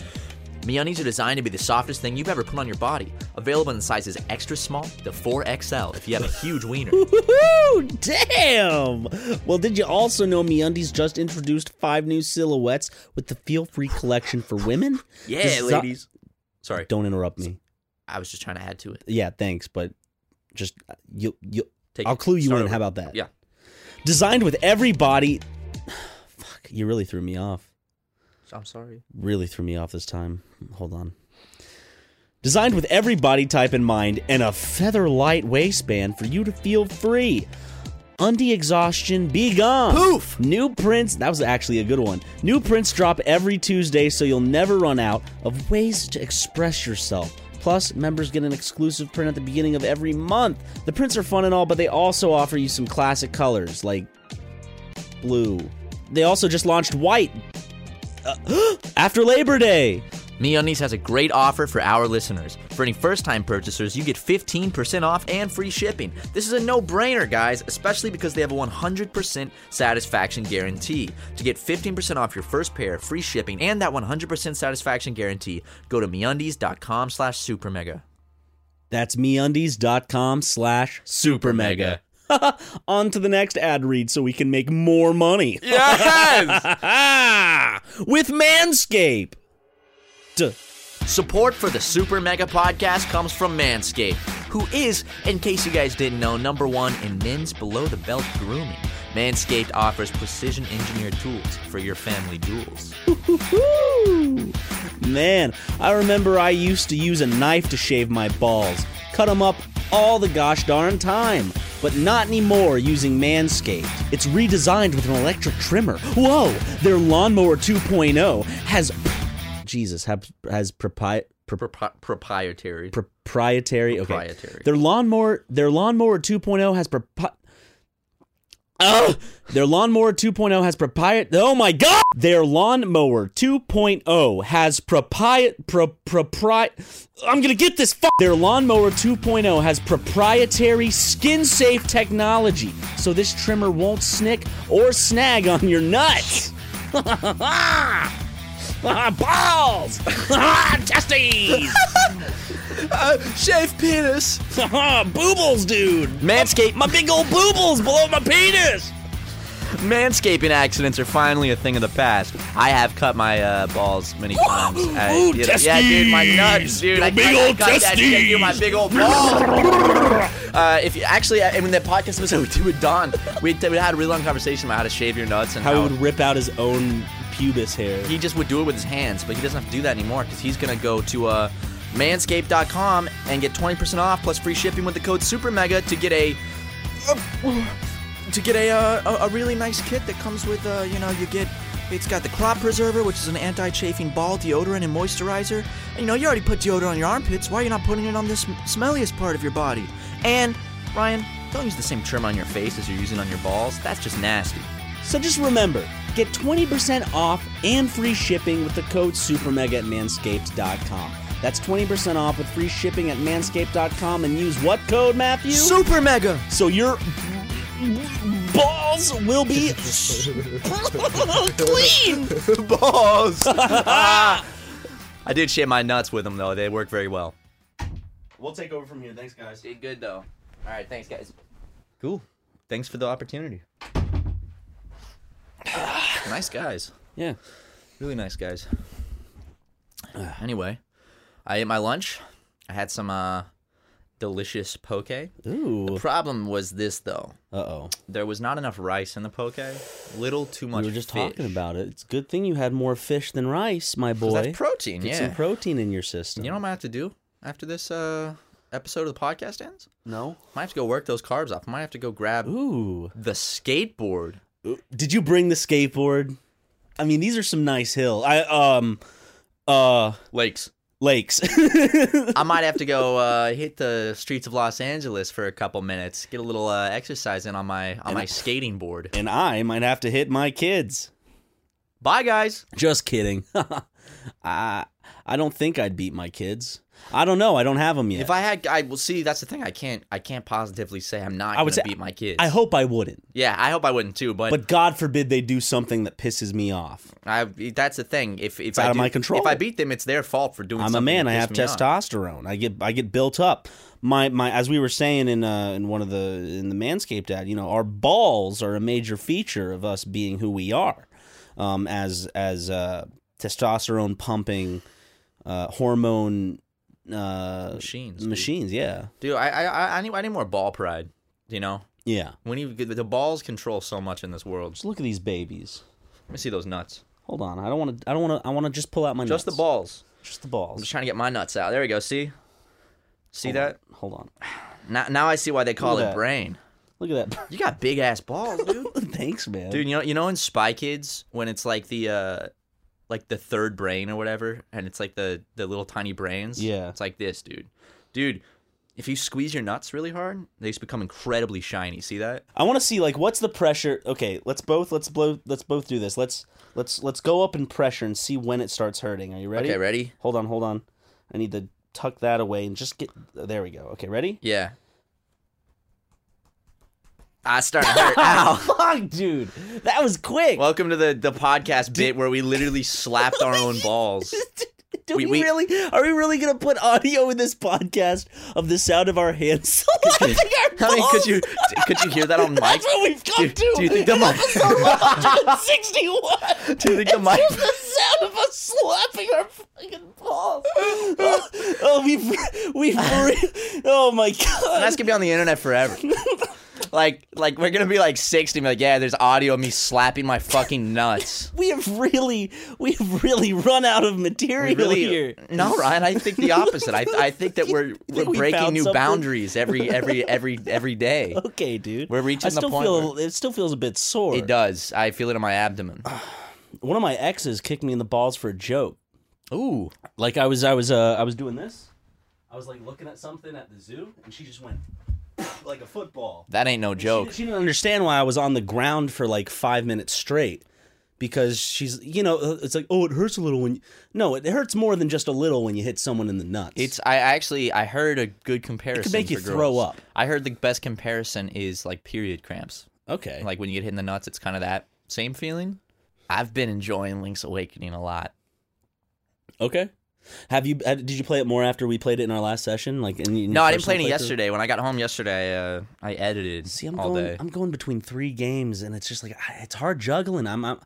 Speaker 2: MeUndies are designed to be the softest thing you've ever put on your body. Available in sizes extra small to 4XL if you have a huge wiener.
Speaker 3: Woohoo! Damn! Well, did you also know MeUndies just introduced five new silhouettes with the Feel Free collection for women?
Speaker 2: Yeah,
Speaker 3: Desi-
Speaker 2: ladies. Sorry,
Speaker 3: Don't interrupt me.
Speaker 2: I was just trying to add to it.
Speaker 3: Yeah, thanks, but just uh, you you
Speaker 2: Take
Speaker 3: I'll
Speaker 2: it.
Speaker 3: clue you
Speaker 2: Start
Speaker 3: in.
Speaker 2: over.
Speaker 3: How about that?
Speaker 2: Yeah.
Speaker 3: Designed with every body. Fuck, you really threw me off.
Speaker 2: I'm sorry.
Speaker 3: Really threw me off this time. Hold on. Designed with every body type in mind and a feather light waistband for you to feel free. Undie exhaustion, be gone.
Speaker 2: Poof!
Speaker 3: New prints, that was actually a good one. New prints drop every Tuesday, so you'll never run out of ways to express yourself. Plus, members get an exclusive print at the beginning of every month. The prints are fun and all, but they also offer you some classic colors like blue. They also just launched white uh, after Labor Day.
Speaker 2: MeUndies has a great offer for our listeners. For any first-time purchasers, you get 15% off and free shipping. This is a no-brainer, guys, especially because they have a 100% satisfaction guarantee. To get 15% off your first pair, free shipping, and that 100% satisfaction guarantee, go to MeUndies.com slash supermega.
Speaker 3: That's meundies.com slash supermega. On to the next ad read so we can make more money.
Speaker 2: Yes!
Speaker 3: With Manscaped. Duh.
Speaker 2: Support for the Super Mega Podcast comes from Manscaped, who is, in case you guys didn't know, number one in men's below the belt grooming. Manscaped offers precision engineered tools for your family jewels.
Speaker 3: Woo! Man, I remember I used to use a knife to shave my balls, cut them up all the gosh darn time. But not anymore using Manscaped. It's redesigned with an electric trimmer. Whoa! Their Lawnmower 2.0 has. Jesus, has, has propri- pro-
Speaker 2: Propri- proprietary.
Speaker 3: proprietary. Okay.
Speaker 2: Proprietary.
Speaker 3: Their lawnmower their lawnmower 2.0 has propri- Ugh! Their lawnmower 2.0 has propri- Oh my god! Their lawnmower 2.0 has propri- pro- propri- I'm gonna get this fu- Their lawnmower 2.0 has proprietary skin-safe technology, so this trimmer won't snick or snag on your nuts. Ah, Balls! Ah, Testes!
Speaker 2: uh, shave penis.
Speaker 3: boobles, dude.
Speaker 2: Manscaped.
Speaker 3: My big old boobles below my penis.
Speaker 2: Manscaping accidents are finally a thing of the past. I have cut my uh, balls many times. I,
Speaker 3: Ooh,
Speaker 2: you know- yeah, dude, my nuts,
Speaker 3: testes.
Speaker 2: dude.
Speaker 3: Your
Speaker 2: I,
Speaker 3: big
Speaker 2: I,
Speaker 3: old
Speaker 2: cut that shit, dude, my
Speaker 3: testes.
Speaker 2: big old balls. uh, if you actually, I, when that podcast episode with Don, we, we had a really long conversation about how to shave your nuts and
Speaker 3: How he would rip out his own pubis hair.
Speaker 2: he just would do it with his hands, but he doesn't have to do that anymore because he's gonna go to uh, manscaped.com and get 20% off plus free shipping with the code SUPERMEGA to get a to get a uh, a, a really nice kit that comes with uh, you know you get it's got the crop preserver which is an anti-chafing ball deodorant and moisturizer and you know you already put deodorant on your armpits why are you not putting it on this sm- smelliest part of your body and ryan don't use the same trim on your face as you're using on your balls that's just nasty
Speaker 3: So just remember, get 20% off and free shipping with the code SUPERMEGA at manscaped.com. That's 20% off with free shipping at manscaped.com and use what code, Matthew?
Speaker 2: super mega
Speaker 3: so your balls will be clean.
Speaker 2: balls. I did shave my nuts with them though. They work very well.
Speaker 3: We'll take over from here. Thanks, guys.
Speaker 2: Did good though. All right, thanks guys. Cool. Thanks for the opportunity. nice guys.
Speaker 3: Yeah.
Speaker 2: Really nice guys. Anyway, I ate my lunch. I had some uh delicious poke.
Speaker 3: Ooh.
Speaker 2: Problem was this though.
Speaker 3: Uh-oh.
Speaker 2: There was not enough rice in the poke. Little too much.
Speaker 3: We were just
Speaker 2: fish.
Speaker 3: talking about it. It's a good thing you had more fish than rice, my boy.
Speaker 2: That's protein,
Speaker 3: Get
Speaker 2: yeah.
Speaker 3: some protein in your system.
Speaker 2: You know what I have to do after this uh, episode of the podcast ends?
Speaker 3: no.
Speaker 2: I might have to go work those carbs off. I might have to go grab
Speaker 3: Ooh.
Speaker 2: the skateboard.
Speaker 3: Did you bring the skateboard? I mean, these are some nice hill. I um uh
Speaker 2: Lakes.
Speaker 3: lakes.
Speaker 2: I might have to go uh, hit the streets of Los Angeles for a couple minutes, get a little uh, exercise in on my on my skating board.
Speaker 3: and I might have to hit my kids.
Speaker 2: Bye, guys.
Speaker 3: Just kidding. I I don't think I'd beat my kids. I don't know. I don't have them yet.
Speaker 2: If I had, I will see. That's the thing. I can't. I can't positively say I'm not
Speaker 3: I
Speaker 2: going
Speaker 3: would
Speaker 2: to
Speaker 3: say-
Speaker 2: beat my kids.
Speaker 3: I hope I wouldn't.
Speaker 2: yeah, I hope I wouldn't too. But,
Speaker 3: But God forbid they do something that pisses me off.
Speaker 2: I, that's the thing. If if I
Speaker 3: out of
Speaker 2: do-
Speaker 3: my control.
Speaker 2: If I beat them, it's their fault for doing.
Speaker 3: I'm a
Speaker 2: something
Speaker 3: man.
Speaker 2: that
Speaker 3: I
Speaker 2: pissed
Speaker 3: have
Speaker 2: me off.
Speaker 3: testosterone. I get I get built up. My my as we were saying in uh in one of the in the Manscaped ad, you know, our balls are a major feature of us being who we are, um as as uh testosterone pumping, uh hormone uh
Speaker 2: Machines. dude.
Speaker 3: machines. Yeah,
Speaker 2: Dude, I, I I- I need I need more ball pride. You know,
Speaker 3: yeah.
Speaker 2: we need the balls control so much in this world.
Speaker 3: Just look at these babies.
Speaker 2: Let me see those nuts.
Speaker 3: Hold on. I don't want to. I don't want to. I want to just pull out my
Speaker 2: Just the
Speaker 3: nuts.
Speaker 2: balls.
Speaker 3: Just the balls.
Speaker 2: I'm just trying to get my nuts out. There we go. See, see
Speaker 3: Hold
Speaker 2: that?
Speaker 3: on. Hold on.
Speaker 2: Now now I see why they call
Speaker 3: Oh Look
Speaker 2: it
Speaker 3: at that.
Speaker 2: brain.
Speaker 3: Look at that.
Speaker 2: You got big ass balls, dude.
Speaker 3: Thanks, man.
Speaker 2: dude, you know you know in Spy Kids when it's like the uh like the third brain or whatever, and it's like the the little tiny brains.
Speaker 3: Yeah.
Speaker 2: it's like this, dude. Dude. If you squeeze your nuts really hard, they just become incredibly shiny. See that?
Speaker 3: I want to see like what's the pressure. Okay, let's both let's blow let's both do this. Let's let's let's go up in pressure and see when it starts hurting. Are you ready?
Speaker 2: Okay, ready?
Speaker 3: Hold on, hold on. I need to tuck that away and just get oh, there we go. Okay, ready?
Speaker 2: Yeah. I start to hurt. Ow.
Speaker 3: Fuck, dude. That was quick.
Speaker 2: Welcome to the, the podcast bit where we literally slapped our own balls.
Speaker 3: do
Speaker 2: we-
Speaker 3: we,
Speaker 2: we-
Speaker 3: really are we really going to put audio in this podcast of the sound of our hands slapping our
Speaker 2: I mean, could
Speaker 3: balls?
Speaker 2: you could you hear that on mic?
Speaker 3: That's what we've come
Speaker 2: Dude,
Speaker 3: to.
Speaker 2: do you think the
Speaker 3: in
Speaker 2: mic-
Speaker 3: episode 161.
Speaker 2: Do you think the
Speaker 3: It's
Speaker 2: mic-
Speaker 3: just the sound of us slapping our fucking balls. oh, oh, we've, we've, re- oh my god.
Speaker 2: That's gonna be on the internet forever. like like we're gonna be like sixty. and be Like yeah, there's audio of me slapping my fucking nuts.
Speaker 3: We have really, we have really run out of material
Speaker 2: We really- uh,
Speaker 3: here.
Speaker 2: No, Ryan. I think the opposite. I, I think that we're we're
Speaker 3: think we
Speaker 2: breaking
Speaker 3: found
Speaker 2: new
Speaker 3: something?
Speaker 2: boundaries every every every every day.
Speaker 3: Okay, dude.
Speaker 2: We're reaching
Speaker 3: I
Speaker 2: the
Speaker 3: still
Speaker 2: point
Speaker 3: Feel, It still feels a bit sore.
Speaker 2: It does. I feel it in my abdomen.
Speaker 3: Ah. One of my exes kicked me in the balls for a joke.
Speaker 2: Ooh.
Speaker 3: Like I was, I was, uh, I was doing this. I was like looking at something at the zoo, and she just went like a football.
Speaker 2: That ain't no joke.
Speaker 3: She, she didn't understand why I was on the ground for like five minutes straight because she's, you know, it's like, oh, it hurts a little when. You... No, it hurts more than just a little when you hit someone in the nuts.
Speaker 2: It's I actually I heard a good comparison.
Speaker 3: make you
Speaker 2: for
Speaker 3: throw
Speaker 2: girls.
Speaker 3: up.
Speaker 2: I heard the best comparison is like period cramps.
Speaker 3: okay.
Speaker 2: Like when you get hit in the nuts, it's kind of that same feeling. I've been enjoying Link's Awakening a lot.
Speaker 3: okay. Have you? uh, Did you play it more after we played it in our last session? Like, in, in
Speaker 2: No,
Speaker 3: your
Speaker 2: I didn't play
Speaker 3: personal
Speaker 2: any
Speaker 3: playthrough?
Speaker 2: yesterday. When I got home yesterday, uh, I edited
Speaker 3: See, I'm
Speaker 2: all
Speaker 3: going.
Speaker 2: day.
Speaker 3: I'm going between three games, and it's just like I- it's hard juggling. I'm, I'm.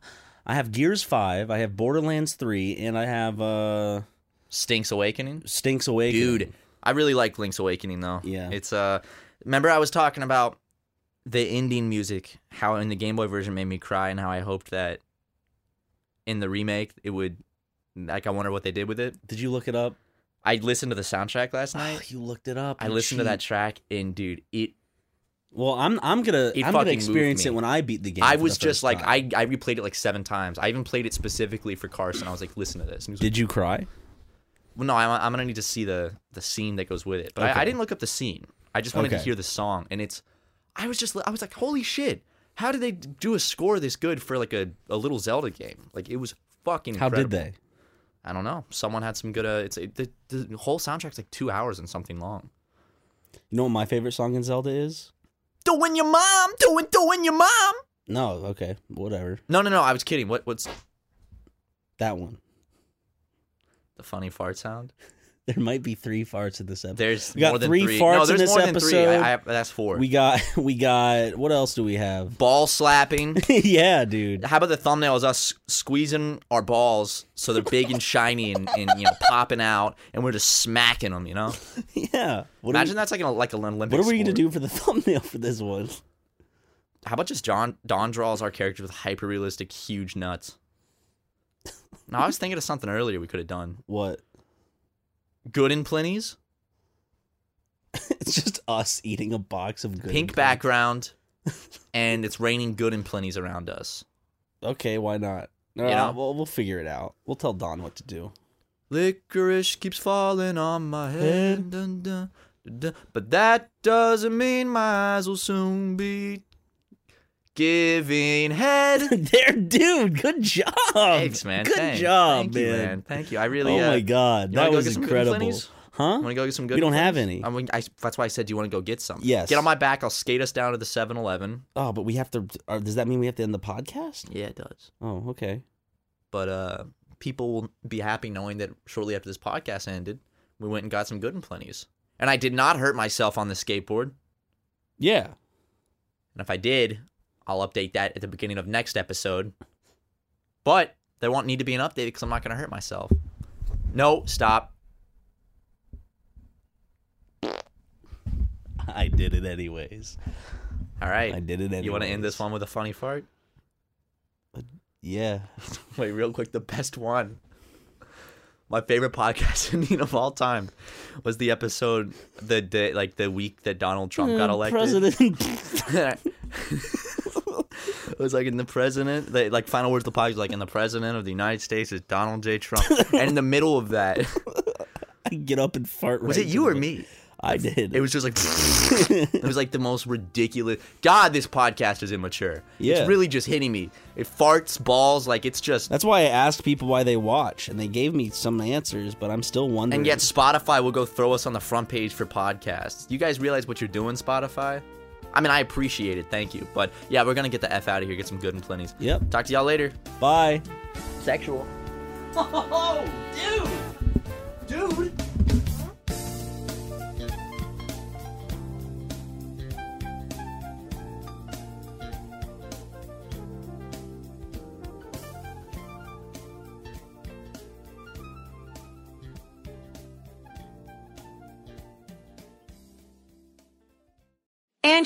Speaker 3: I have Gears Five. I have Borderlands Three, and I have uh
Speaker 2: Stinks Awakening,
Speaker 3: Stinks Away.
Speaker 2: dude. I really like Link's Awakening though.
Speaker 3: Yeah.
Speaker 2: it's uh. Remember I was talking about the ending music, how in the Game Boy version made me cry, and how I hoped that in the remake it would. Like I wonder what they did with it.
Speaker 3: Did you look it up?
Speaker 2: I listened to the soundtrack last night.
Speaker 3: Oh, you looked it up.
Speaker 2: I
Speaker 3: you
Speaker 2: listened to that
Speaker 3: cheat.
Speaker 2: track, and dude, it.
Speaker 3: well, I'm. I'm gonna.
Speaker 2: It fucking
Speaker 3: I'm gonna
Speaker 2: moved
Speaker 3: experience
Speaker 2: me.
Speaker 3: it when I beat the game.
Speaker 2: I
Speaker 3: for
Speaker 2: was
Speaker 3: the
Speaker 2: just
Speaker 3: first
Speaker 2: like,
Speaker 3: time.
Speaker 2: I, I replayed it like seven times. I even played it specifically for Carson. I was like, listen to this. And he was like,
Speaker 3: Did you cry?
Speaker 2: well, no, I'm, I'm gonna need to see the the scene that goes with it. But I, I didn't look up the scene. I just wanted to
Speaker 3: Okay.
Speaker 2: hear the song, and it's. I was just, I was like, holy shit! How did they do a score this good for like a, a little Zelda game? Like it was fucking.
Speaker 3: How
Speaker 2: incredible.
Speaker 3: did they?
Speaker 2: I don't know. Someone had some good. Uh, it's it, the, the whole soundtrack's like two hours and something long.
Speaker 3: You know what my favorite song in Zelda is?
Speaker 2: Doing your mom, doing doing your mom.
Speaker 3: No. Okay. Whatever.
Speaker 2: No, no, no. I was kidding. What what's
Speaker 3: That one.
Speaker 2: the funny fart sound?
Speaker 3: There might be three farts in this episode.
Speaker 2: There's
Speaker 3: We got
Speaker 2: more than
Speaker 3: three
Speaker 2: three.
Speaker 3: farts
Speaker 2: no,
Speaker 3: in
Speaker 2: there's
Speaker 3: this
Speaker 2: more than three.
Speaker 3: episode.
Speaker 2: I, I, that's four.
Speaker 3: We got. We got. What else do we have?
Speaker 2: Ball slapping.
Speaker 3: yeah, dude.
Speaker 2: How about the thumbnail is us squeezing our balls so they're big and shiny and, and you know popping out, and we're just smacking them. You know,
Speaker 3: Yeah. What do we-
Speaker 2: imagine that's like an like an Olympic.
Speaker 3: What are we going to
Speaker 2: sport.
Speaker 3: do for the thumbnail for this one?
Speaker 2: How about just Don Don draws our characters with hyper realistic huge nuts. No, I was thinking of something earlier we could have done.
Speaker 3: What?
Speaker 2: Good and plenty's
Speaker 3: It's just us eating a box of good.
Speaker 2: pink
Speaker 3: and-
Speaker 2: background, and it's raining good and plenty's around us.
Speaker 3: Okay, why not? No,
Speaker 2: You know?
Speaker 3: we'll, we'll figure it out. We'll tell Don what to do.
Speaker 2: Licorice keeps falling on my
Speaker 3: Head.
Speaker 2: head. dun, dun, dun, dun. But that doesn't mean my eyes will soon be giving head.
Speaker 3: there, dude. Good job.
Speaker 2: Thanks, man.
Speaker 3: Good
Speaker 2: Thanks.
Speaker 3: job,
Speaker 2: Thank
Speaker 3: man.
Speaker 2: You, man. Thank you. I really.
Speaker 3: oh
Speaker 2: uh,
Speaker 3: my god,
Speaker 2: you wanna
Speaker 3: that
Speaker 2: go
Speaker 3: was
Speaker 2: get some Good
Speaker 3: incredible.
Speaker 2: Flinnies?
Speaker 3: Huh?
Speaker 2: Want to go get some good?
Speaker 3: We don't have
Speaker 2: things?
Speaker 3: any.
Speaker 2: I mean, I, that's why I said you want to go get some.
Speaker 3: Yes.
Speaker 2: Get on my back. I'll skate us down to the 7-Eleven.
Speaker 3: Oh, but we have to. Are, does that mean we have to end the podcast?
Speaker 2: Yeah, it does.
Speaker 3: Oh, okay.
Speaker 2: But uh, people will be happy knowing that shortly after this podcast ended, we went and got some good and plenties. And I did not hurt myself on the skateboard.
Speaker 3: Yeah.
Speaker 2: And if I did, I'll update that at the beginning of next episode. But there won't need to be an update because I'm not going to hurt myself. No, stop.
Speaker 3: I did it anyways.
Speaker 2: All right.
Speaker 3: I did it anyways.
Speaker 2: You want to end this one with a funny fart?
Speaker 3: Yeah.
Speaker 2: Wait, real quick, the best one. My favorite podcast ending of all time was the episode the day like the week that Donald Trump got elected.
Speaker 3: Mm, Uh, President.
Speaker 2: it was like in the president, they, like final words of the podcast, like in the president of the United States is Donald J. Trump, and in the middle of that
Speaker 3: I get up and fart.
Speaker 2: was
Speaker 3: right
Speaker 2: it you
Speaker 3: to
Speaker 2: or
Speaker 3: the-
Speaker 2: me?
Speaker 3: I did.
Speaker 2: It was just like it was like the most ridiculous. God, this podcast is immature.
Speaker 3: Yeah.
Speaker 2: It's really just hitting me. It farts balls like it's just.
Speaker 3: That's why I asked people why they watch, and they gave me some answers, but I'm still wondering.
Speaker 2: And yet Spotify will go throw us on the front page for podcasts. You guys realize what you're doing, Spotify? I mean, I appreciate it. Thank you. But yeah, we're gonna get the f out of here. Get some good and plenties.
Speaker 3: Yep.
Speaker 2: Talk to y'all later.
Speaker 3: bye.
Speaker 2: Sexual.
Speaker 1: And